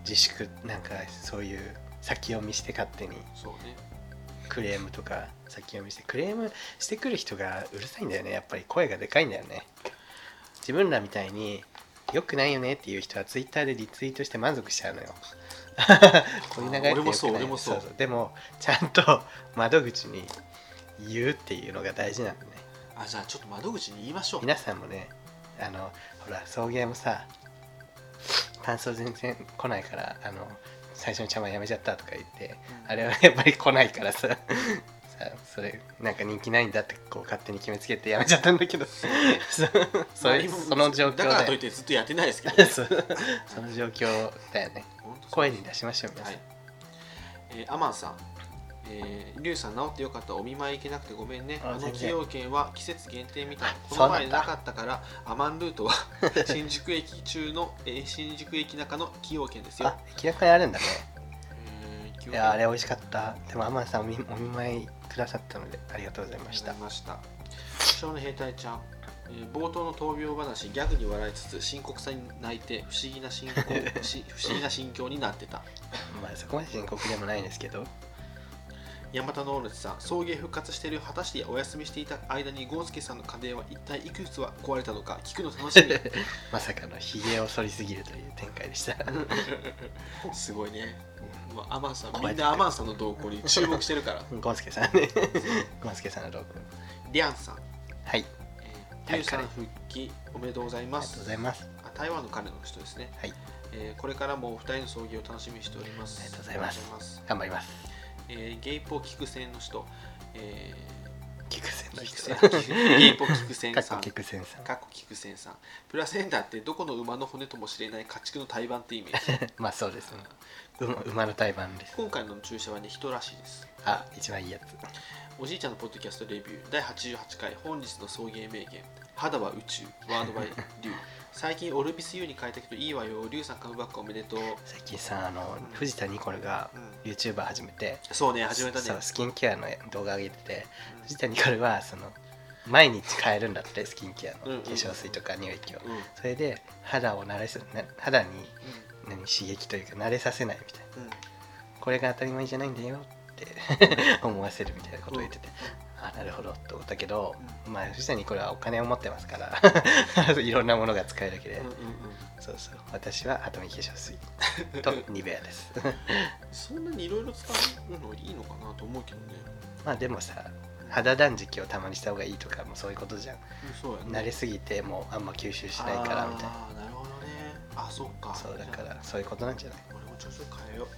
Speaker 2: 自粛なんかそういう先読みして勝手に
Speaker 1: そうね
Speaker 2: クレームとか先読みしてクレームしてくる人がうるさいんだよねやっぱり声がでかいんだよね自分らみたいに良くないよねっていう人はツイッターでリツイートして満足しちゃうのよ *laughs* こういう流れって良くない
Speaker 1: 俺もそう俺もそう
Speaker 2: でもちゃんと窓口に言うっていうのが大事なのね
Speaker 1: あじゃあちょっと窓口に言いましょう
Speaker 2: 皆さんもねあのほら送迎もさ感想全然来ないからあの最初の茶碗やめちゃったとか言って、
Speaker 1: うん
Speaker 2: あれはやっぱり来ないからさ *laughs* さそれなんか人気ないんだってこう勝手に決めつけてやめちゃったんだけど *laughs* そうそ
Speaker 1: ま
Speaker 2: れ
Speaker 1: あ今
Speaker 2: その状況
Speaker 1: だ
Speaker 2: だ
Speaker 1: からといっ
Speaker 2: よ
Speaker 1: てずっとやってないですけど
Speaker 2: *laughs* そうその状況だよね
Speaker 1: 本当そう
Speaker 2: 声に出しましょう皆
Speaker 1: は
Speaker 2: さん、
Speaker 1: いえーアマンさんえー、リュウさん治ってよかったお見舞い行けなくてごめんね
Speaker 2: あ
Speaker 1: あの
Speaker 2: 全然
Speaker 1: 崎陽軒は季節限定みたい
Speaker 2: あ
Speaker 1: この前
Speaker 2: そうなんだ
Speaker 1: なかったからアマンルートは *laughs* 新宿駅中の、えー新宿駅中の崎陽軒ですよ
Speaker 2: あ、明らかにあるんだね
Speaker 1: えー崎陽軒
Speaker 2: いやあれ美味しかったでもアマンさんお見お見舞いくださったのでありがとうござい
Speaker 1: ありがとうご
Speaker 2: まし
Speaker 1: ざ
Speaker 2: た
Speaker 1: いました少年兵隊ちゃん、えー冒頭の闘病話ギャグに笑いつつ深刻さに泣いて不思議な心境 *laughs* し不思議な心境になってた
Speaker 2: まあそこまで深刻でもないんですけど
Speaker 1: 山田のおるちさん送迎復活してる果たしてお休みしていた間にゴンスケさんの家電は一体いくつは壊れたのか聞くの楽し
Speaker 2: *laughs* まさかのひげを剃りすぎるという展開でした *laughs*
Speaker 1: みすごいね、まあ、アマンさん
Speaker 2: 壊れてた
Speaker 1: みんなアマンさんの動向に注目してる
Speaker 2: *laughs*
Speaker 1: から
Speaker 2: ゴンスケさん
Speaker 1: *laughs*
Speaker 2: ねゴンスケさんのトーク
Speaker 1: リャンさん、
Speaker 2: はい
Speaker 1: えー、
Speaker 2: は
Speaker 1: リ
Speaker 2: い
Speaker 1: ュウさん
Speaker 2: 彼
Speaker 1: 復帰おめでとうござい
Speaker 2: あり
Speaker 1: ま
Speaker 2: がとうご
Speaker 1: す
Speaker 2: ざいます
Speaker 1: あ台湾の彼の人ですね
Speaker 2: はい
Speaker 1: えーこれからもお二人の送迎を楽しみにしております。
Speaker 2: ありがとうござい
Speaker 1: あ
Speaker 2: ます
Speaker 1: りがとうございます
Speaker 2: 頑張ります
Speaker 1: えーゲイポキクセンの人、え
Speaker 2: 菊仙
Speaker 1: ー、
Speaker 2: の
Speaker 1: キクセン
Speaker 2: 人
Speaker 1: *laughs*
Speaker 2: さん
Speaker 1: ゲイポキクセン
Speaker 2: か
Speaker 1: さ
Speaker 2: っ
Speaker 1: ん。
Speaker 2: こ菊仙さん
Speaker 1: かっこキクセンさん。プラセンダってどこの馬の骨とも知れない家畜の胎盤ってイメージ。
Speaker 2: まあそうですねう馬の胎盤です
Speaker 1: 今回の注射はね、人らしいです。
Speaker 2: あ一番いいやつ
Speaker 1: おじいちゃんのポッドキャストレビュー第88回本日の送迎名言肌は宇宙ワードバイリュ
Speaker 2: *laughs*
Speaker 1: ウ最近オルビス U に変えたけどいいわよリュウさんカムバックおめでとう、うん、
Speaker 2: 最近さあの藤田ニコルが YouTuber 始めて
Speaker 1: そうね始めたね
Speaker 2: そうスキンケアの動画上げてて藤田ニコルはその毎日変えるんだってスキンケア
Speaker 1: うんうん
Speaker 2: の化粧水とか乳液を
Speaker 1: うん、うん
Speaker 2: それで肌を慣れさな肌に何刺激というか慣れさせないみたいな
Speaker 1: うん
Speaker 2: これが当たり前じゃないんだよって *laughs* 思わせるみたいなことを言ってて、あなるほどと思ったけど、まあ藤田にこれはお金を持ってますから *laughs* いろんなものが使えるだけで、
Speaker 1: うんうんうん
Speaker 2: そうそう私は熱海化
Speaker 1: *laughs*
Speaker 2: 粧水とニベアです *laughs*
Speaker 1: そんなにいろいろ使うのいいのかなと思うけどね。
Speaker 2: まあでもさ肌断食をたまにした方がいいとかもそういうことじゃん、
Speaker 1: そうやね。
Speaker 2: 慣れすぎてもうあんま吸収しないからみたいな
Speaker 1: ああ、なるほどね。あ、そっか。
Speaker 2: そうだか
Speaker 1: じゃ
Speaker 2: らそういうことなんじゃない
Speaker 1: あ。俺もちょっと変えよう。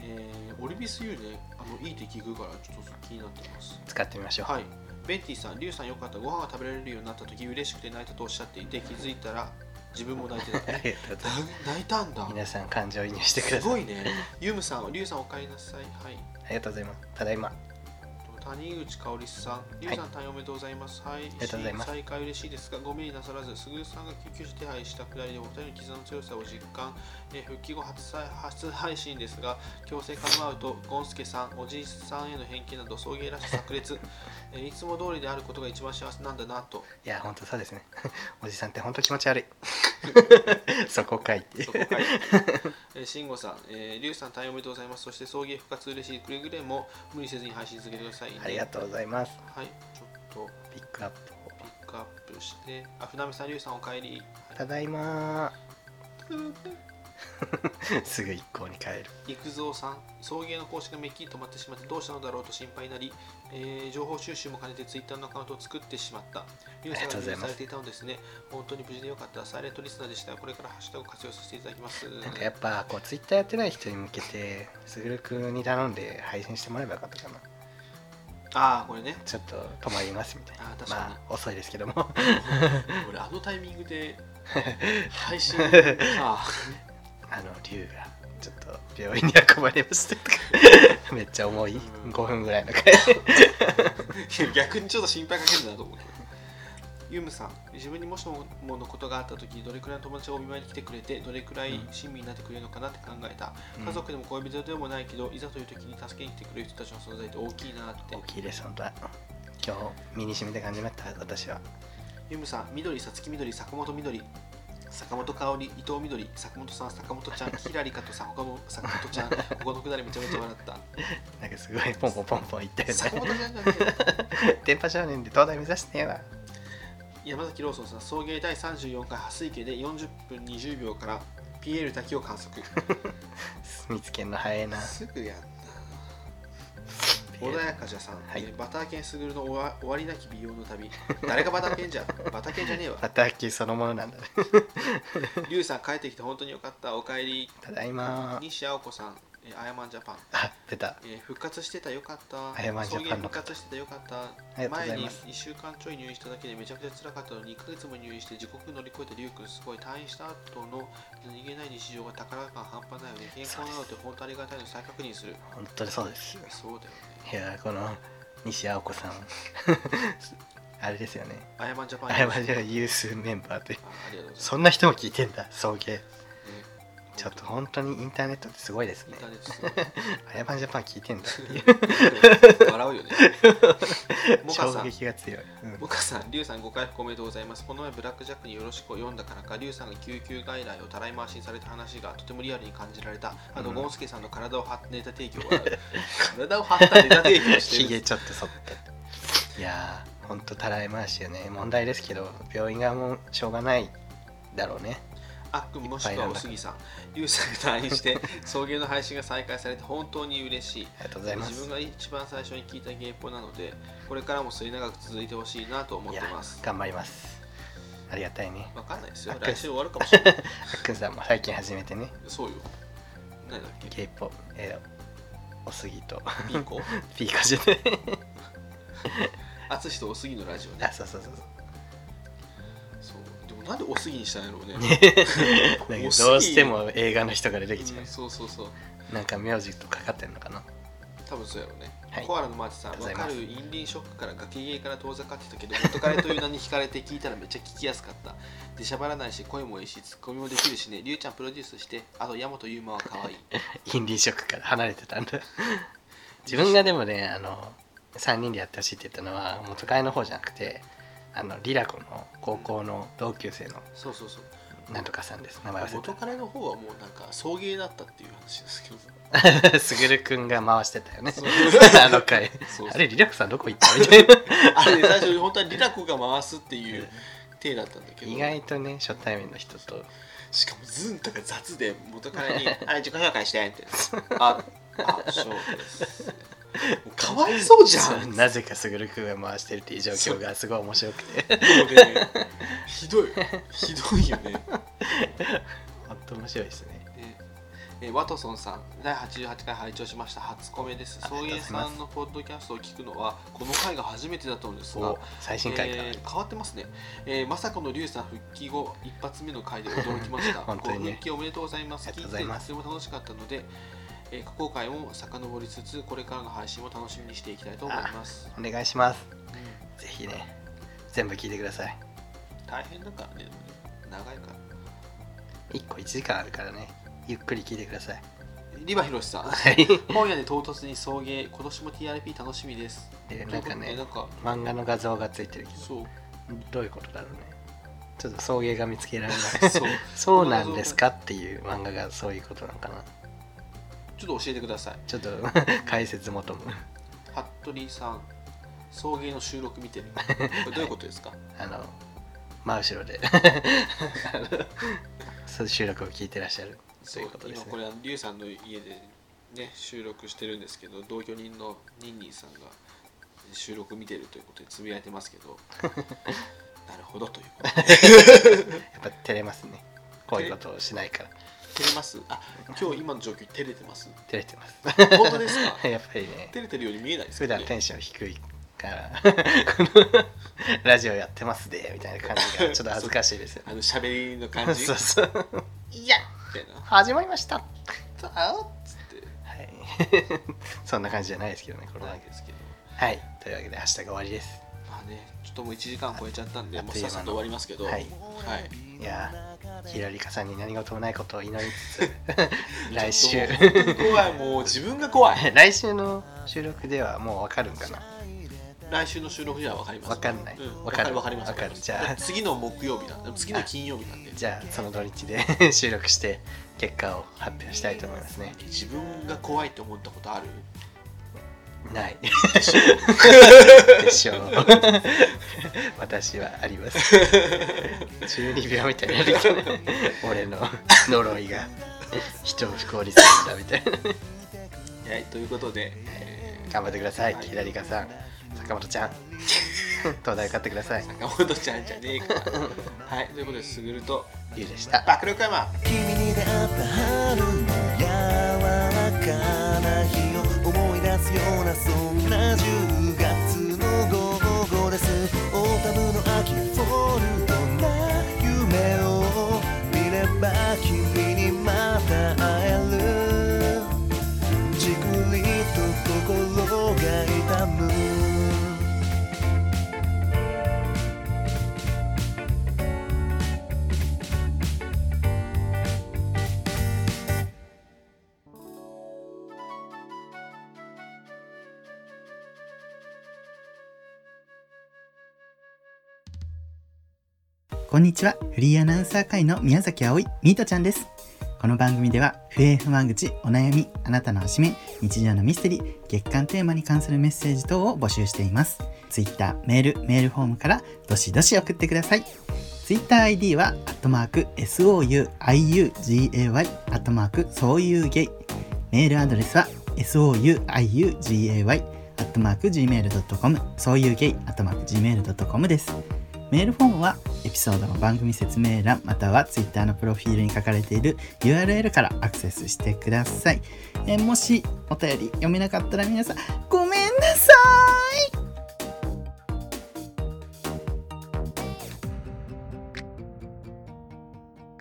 Speaker 1: えー、オリビス U ね、あのいいって聞くからちょっと気になってます。
Speaker 2: 使ってみましょう、
Speaker 1: はい。ベンティさん、リュウさんよかった。ご飯が食べられるようになった時嬉しくて泣いたとおっしゃっていて気づいたら自分も泣いて
Speaker 2: *laughs*
Speaker 1: た。
Speaker 2: *laughs* あ
Speaker 1: 泣
Speaker 2: りがとうございます
Speaker 1: 泣いたんだ。
Speaker 2: 皆さん感情移入 *laughs* してくだ
Speaker 1: す
Speaker 2: さい
Speaker 1: ごいね。ユムさんは、リュウさんおかえりなさい。はい。
Speaker 2: ありがとうございますただいま
Speaker 1: 谷口香織さん、リュウさん、対応おめでとうございます。はい、
Speaker 2: がとうございます
Speaker 1: 再開嬉しいですが、ご無理なさらず、すぐるさんが救急車手配したくらいで、お二人の絆の強さを実感、えー復帰後初再初配信ですが、強制カムアウト、ゴンスケさん、おじいさんへの偏見など、送迎らしさ炸裂、 *laughs* えーいつも通りであることが一番幸せなんだなと、
Speaker 2: いや、本当そうですね。 *laughs* おじさんって本当気持ち悪い。 *laughs* そこかいって。
Speaker 1: そこかい。えー慎吾さん、えー、リュウさん、対応おめでとうございます。そして、送迎復活嬉しい、くれぐれも無理せずに配信続けてくださいね、
Speaker 2: ありがとうございます。
Speaker 1: はい、ちょっと
Speaker 2: ピックアップを。
Speaker 1: ピックアップトしてあ船見さん龍さんお帰り
Speaker 2: ただいまー *laughs* すぐ一向に帰る
Speaker 1: 育三さん送迎の公式がめっきり止まってしまってどうしたのだろうと心配になり、えー情報収集も兼ねてツイッターのアカウントを作ってしまったリュウさんが
Speaker 2: ありがとうございます
Speaker 1: されていたのですね本当に無事でよかったサイレントリスナーでしたこれからハッシュタグ活用させていただきます
Speaker 2: なんかやっぱこうツイッターやってない人に向けてすぐるくんに頼んで配信してもらえばよかったかな
Speaker 1: ああこれ
Speaker 2: *laughs*
Speaker 1: ね
Speaker 2: ちょっと止まりますみたいな
Speaker 1: あー確かに
Speaker 2: まあ遅いですけども *laughs*
Speaker 1: 俺あのタイミングで配
Speaker 2: *laughs*
Speaker 1: 信ああ
Speaker 2: あの龍がちょっと病院に運ばれましたとか *laughs* めっちゃ重い
Speaker 1: うん
Speaker 2: 5分ぐらいの回
Speaker 1: いや逆にちょっと心配かけるなと思うけどユムさん自分にもしものことがあった時どれくらいの友達がお見舞いに来てくれてどれくらい親身になってくれるのかなって考えた、
Speaker 2: うん
Speaker 1: 家族でも恋人でもないけどいざという時に助けに来てくれる人たちの存在って大きいなって
Speaker 2: 大きいです本当は今日身に染みた感じになった私は
Speaker 1: ユムさん緑さつき緑坂本緑坂本香織伊藤緑坂本さん坂本ちゃんひらりかとさん他の坂本
Speaker 2: *laughs*
Speaker 1: ちゃんここのくだりめちゃめちゃ笑った
Speaker 2: なんかすごいポンポンポンポンいった
Speaker 1: 坂
Speaker 2: よ
Speaker 1: 本
Speaker 2: ね
Speaker 1: ちゃんじゃねえよ
Speaker 2: 電波少年で東大目指してえわ
Speaker 1: 山崎ローソンさん送迎第34回蓮池で40分20秒から PL 滝を観測
Speaker 2: 見つけんの早いな
Speaker 1: すぐやんな穏やかじゃさん、
Speaker 2: はい
Speaker 1: えーバター犬すぐるの終わ終わりなき美容の旅誰がバター犬
Speaker 2: *laughs*
Speaker 1: じゃんバター犬じゃねえわ
Speaker 2: バターキーそのものなんだね
Speaker 1: リュウさん帰ってきて本当によかったおかえり
Speaker 2: ただいまー
Speaker 1: 西青子さん、えー、アヤマンジャパン、
Speaker 2: あ出た
Speaker 1: えー復活してたよかった
Speaker 2: アヤマンジャパン
Speaker 1: 送迎
Speaker 2: の
Speaker 1: 復
Speaker 2: 方
Speaker 1: 活してたよかった
Speaker 2: りがとうござ
Speaker 1: 前
Speaker 2: い
Speaker 1: に
Speaker 2: ます
Speaker 1: 1週間ちょい入院しただけでめちゃくちゃ辛かったのに1ヶ月も入院して地獄乗り越えたリュウ君すごい退院した後の逃げない日常が宝感半端ないよね健康なのって本当ありがたいの再確認する
Speaker 2: 本当にそうです
Speaker 1: そうだよね
Speaker 2: いやーこの西青子さん *laughs* あれですよね
Speaker 1: アヤマンジャパン
Speaker 2: あれはじゃあ有数メンバ
Speaker 1: ああ
Speaker 2: ーで
Speaker 1: りがとうございます
Speaker 2: そんな人も聞いてんだ送迎
Speaker 1: ね
Speaker 2: ちょっと本当にインターネットってすごいです
Speaker 1: イン
Speaker 2: ね
Speaker 1: ターネットすごい
Speaker 2: あやばんジャパン聞いてんだっていう
Speaker 1: 笑
Speaker 2: *laughs*
Speaker 1: うよね。モカ
Speaker 2: 衝
Speaker 1: さん、
Speaker 2: 撃が強い、うん
Speaker 1: モカさん、リュウさんご回復おめでとうございます。この前ブラックジャックによろしくを読んだからか、リュウさんが救急外来をたらい回しにされた話がとてもリアルに感じられた。あと、
Speaker 2: うん
Speaker 1: ゴンスケさんの体を張ったネタ提供がある。体を張ったネタ提供をして
Speaker 2: ひ
Speaker 1: るんで
Speaker 2: げ
Speaker 1: す。
Speaker 2: ちょっと剃ったいやーほんとたらい回しよね問題ですけど病院側もしょうがないだろうね
Speaker 1: あっくんもしくはおすぎさん、リュウさんが退院して、送迎の配信が再開されて本当に嬉しい。
Speaker 2: ありがとうございま
Speaker 1: 自
Speaker 2: す
Speaker 1: 分が一番最初に聞いた芸法なので、これからも末永く続いてほしいなと思っ
Speaker 2: い
Speaker 1: て
Speaker 2: や
Speaker 1: ます。
Speaker 2: 頑張りますありがたいね
Speaker 1: わかんないですよ
Speaker 2: あ。っくん
Speaker 1: 来週終わるかもしれない。
Speaker 2: あっくんさんも最近始めてね
Speaker 1: そうよ。何だ
Speaker 2: *laughs*
Speaker 1: っけ
Speaker 2: ゲイポえー、おすぎと *laughs*
Speaker 1: ピーコ
Speaker 2: ピーカじゃない
Speaker 1: アツシとおすぎのラジオね
Speaker 2: あ。そうそうそうそう
Speaker 1: そうでもなんでおすぎにしたんやろうね。
Speaker 2: なんか
Speaker 1: おすぎ
Speaker 2: どうしても映画の人が出てきちゃ
Speaker 1: うん *laughs* そうそうそう。
Speaker 2: うなんか名字とかかってんのかな
Speaker 1: 多分そうやろうね。
Speaker 2: はい
Speaker 1: コアラのマーチさ
Speaker 2: あ
Speaker 1: ん、
Speaker 2: りがと
Speaker 1: わ
Speaker 2: うござ
Speaker 1: か
Speaker 2: います
Speaker 1: るインリンショックから崖芸から遠ざかってたけど、元彼という名に惹かれて聞いたらめっちゃ聞きやすかった。でしゃばらないし、声もいいし、ツッコミもできるしね、りゅうちゃんプロデュースして、あと、矢本優馬は可愛い。
Speaker 2: インディーショックから離れてたんだ *laughs* 自分がでもねあの3人でやってほしいって言ったのは元カレの方じゃなくてあのリラコの高校の同級生の
Speaker 1: そうそうそう。
Speaker 2: なんとかさんです名前忘
Speaker 1: 元彼の方はもうなんか、送迎だったっていう話ですけど。
Speaker 2: れた *laughs* すぐるくんが回してたよね
Speaker 1: そう
Speaker 2: *laughs* あの回
Speaker 1: そうそう
Speaker 2: あれリラコさんどこ行ったみた
Speaker 1: *laughs*
Speaker 2: いな
Speaker 1: あれ、最初に本当はリラコが回すっていう体だったんだけど。
Speaker 2: 意外とね初対面の人と
Speaker 1: しかもズンとか雑で元からに「あ自己紹介して」 *laughs* って「ああそうです」もうかわいそうじゃ
Speaker 2: そ
Speaker 1: ん
Speaker 2: うなぜかすぐるくんが回してるっていう状況がすごい面白くて
Speaker 1: もうね *laughs* ひどいひどいよね
Speaker 2: ほんと面白いですね
Speaker 1: ね *laughs* えワトソンさん第88回拝聴しました初コメです
Speaker 2: ありが
Speaker 1: 送
Speaker 2: とうござい
Speaker 1: 迎
Speaker 2: ます
Speaker 1: さんのポッドキャストを聞くのはこの回が初めてだったのですが
Speaker 2: お最新回から、
Speaker 1: えー変わってますね、えー、まさこのリュウさん復帰後一発目の回で驚きました
Speaker 2: *laughs* 本当にね
Speaker 1: ご復帰おめでとうございます
Speaker 2: ありがとうございます
Speaker 1: 聞いてとても楽しかったので、えー過去回も遡りつつこれからの配信も楽しみにしていきたいと思います、
Speaker 2: お願いします
Speaker 1: うん
Speaker 2: ぜひね全部聞いてください
Speaker 1: 大変だからね長いから
Speaker 2: 1個1時間あるからねゆっくり聞いてください
Speaker 1: リバヒロシさん
Speaker 2: *laughs* はい
Speaker 1: 本屋で唐突に送迎今年も TRP 楽しみです
Speaker 2: でなんかね
Speaker 1: なんか
Speaker 2: 漫画の画像がついてるけ
Speaker 1: そう
Speaker 2: *laughs* どどういうことだろうねちょっと送迎が見つけられない
Speaker 1: *laughs* そう
Speaker 2: そうなんですかっていう漫画がそういうことなのかな
Speaker 1: ちょっと教えてください
Speaker 2: ちょっと *laughs* 解説求む
Speaker 1: 服部さん送迎の収録見てるこれどういうことですか、
Speaker 2: あの真後ろであのそう収録を聞いてらっしゃるということです
Speaker 1: 今こ
Speaker 2: ね
Speaker 1: れはリュウさんの家でね収録してるんですけど同居人のニンニンさんが収録見てるということでつぶやいてますけ
Speaker 2: *laughs*
Speaker 1: どなるほどということで
Speaker 2: やっぱ照れますねこういうことをしないから
Speaker 1: 照れますあ今日今の状況照れてます
Speaker 2: *laughs* 照れてます
Speaker 1: 本当ですか
Speaker 2: やっぱりね
Speaker 1: 照れてるように見えないです
Speaker 2: 普
Speaker 1: けど
Speaker 2: 段
Speaker 1: ね
Speaker 2: テンション低いからこのラジオやってますでみたいな感じがちょっと恥ずかしいですよ
Speaker 1: あの喋りの感じ
Speaker 2: *laughs* そうそう
Speaker 1: いやみたいな
Speaker 2: 始まりましたは
Speaker 1: あおっつって
Speaker 2: い *laughs* そんな感じじゃないですけどねこれ
Speaker 1: な
Speaker 2: は
Speaker 1: わけですけど
Speaker 2: はいというわけで明日が終わりです
Speaker 1: まあねちょっともう1時間超えちゃったんで
Speaker 2: あっ
Speaker 1: もう
Speaker 2: という
Speaker 1: さっ
Speaker 2: 間の
Speaker 1: さと終わりますけど
Speaker 2: はい
Speaker 1: はい
Speaker 2: いやーひらりかさんに何事もないことを祈り *laughs* つつ来週 *laughs*
Speaker 1: ちょっともう本当に怖いもう自分が怖い
Speaker 2: 来週の収録ではもうわかるんかな
Speaker 1: 来週の収録には分かります
Speaker 2: わかんない
Speaker 1: うん、分
Speaker 2: わか
Speaker 1: か
Speaker 2: る
Speaker 1: る分かります
Speaker 2: わかるじゃあ
Speaker 1: だって次の木曜日なんで次の金曜日なんで
Speaker 2: じゃあその土日で *laughs* 収録して結果を発表したいと思いますね
Speaker 1: 自分が怖いと思ったことある
Speaker 2: ないでしょう私はあります12秒みたいになるけどね俺の呪いが人を不幸にするんだみたいな
Speaker 1: はいということで、え
Speaker 2: 頑張ってくださいひらりかさん坂本ちゃん東大受かってください
Speaker 1: ー、中本ちゃんじゃねえ
Speaker 2: *laughs*
Speaker 1: からはいということですぐると
Speaker 2: ゆうでした
Speaker 1: 爆力山
Speaker 4: 君に出会った春の柔らかな日を思い出すようなそんな10月の午後ですオータムの秋フォルトな夢を見れば君にまた会えるじくりと心が痛む
Speaker 5: こんにちは。フリーアナウンサー会の宮崎葵、ミートちゃんです。この番組では、不平不満口、お悩み、あなたのおしめ、日常のミステリー、月間テーマに関するメッセージ等を募集しています。Twitter、メール、メールフォームから、どしどし送ってください。TwitterID は、アットマーク、souiugay、アットマーク、そういうゲイ。メールアドレスは、souiugay、アットマーク、gmail.com、そういうゲイ、アットマーク、gmail.com です。メールフォームはエピソードの番組説明欄または Twitter のプロフィールに書かれている URL からアクセスしてください。えーもしお便り読めなかったら皆さんごめん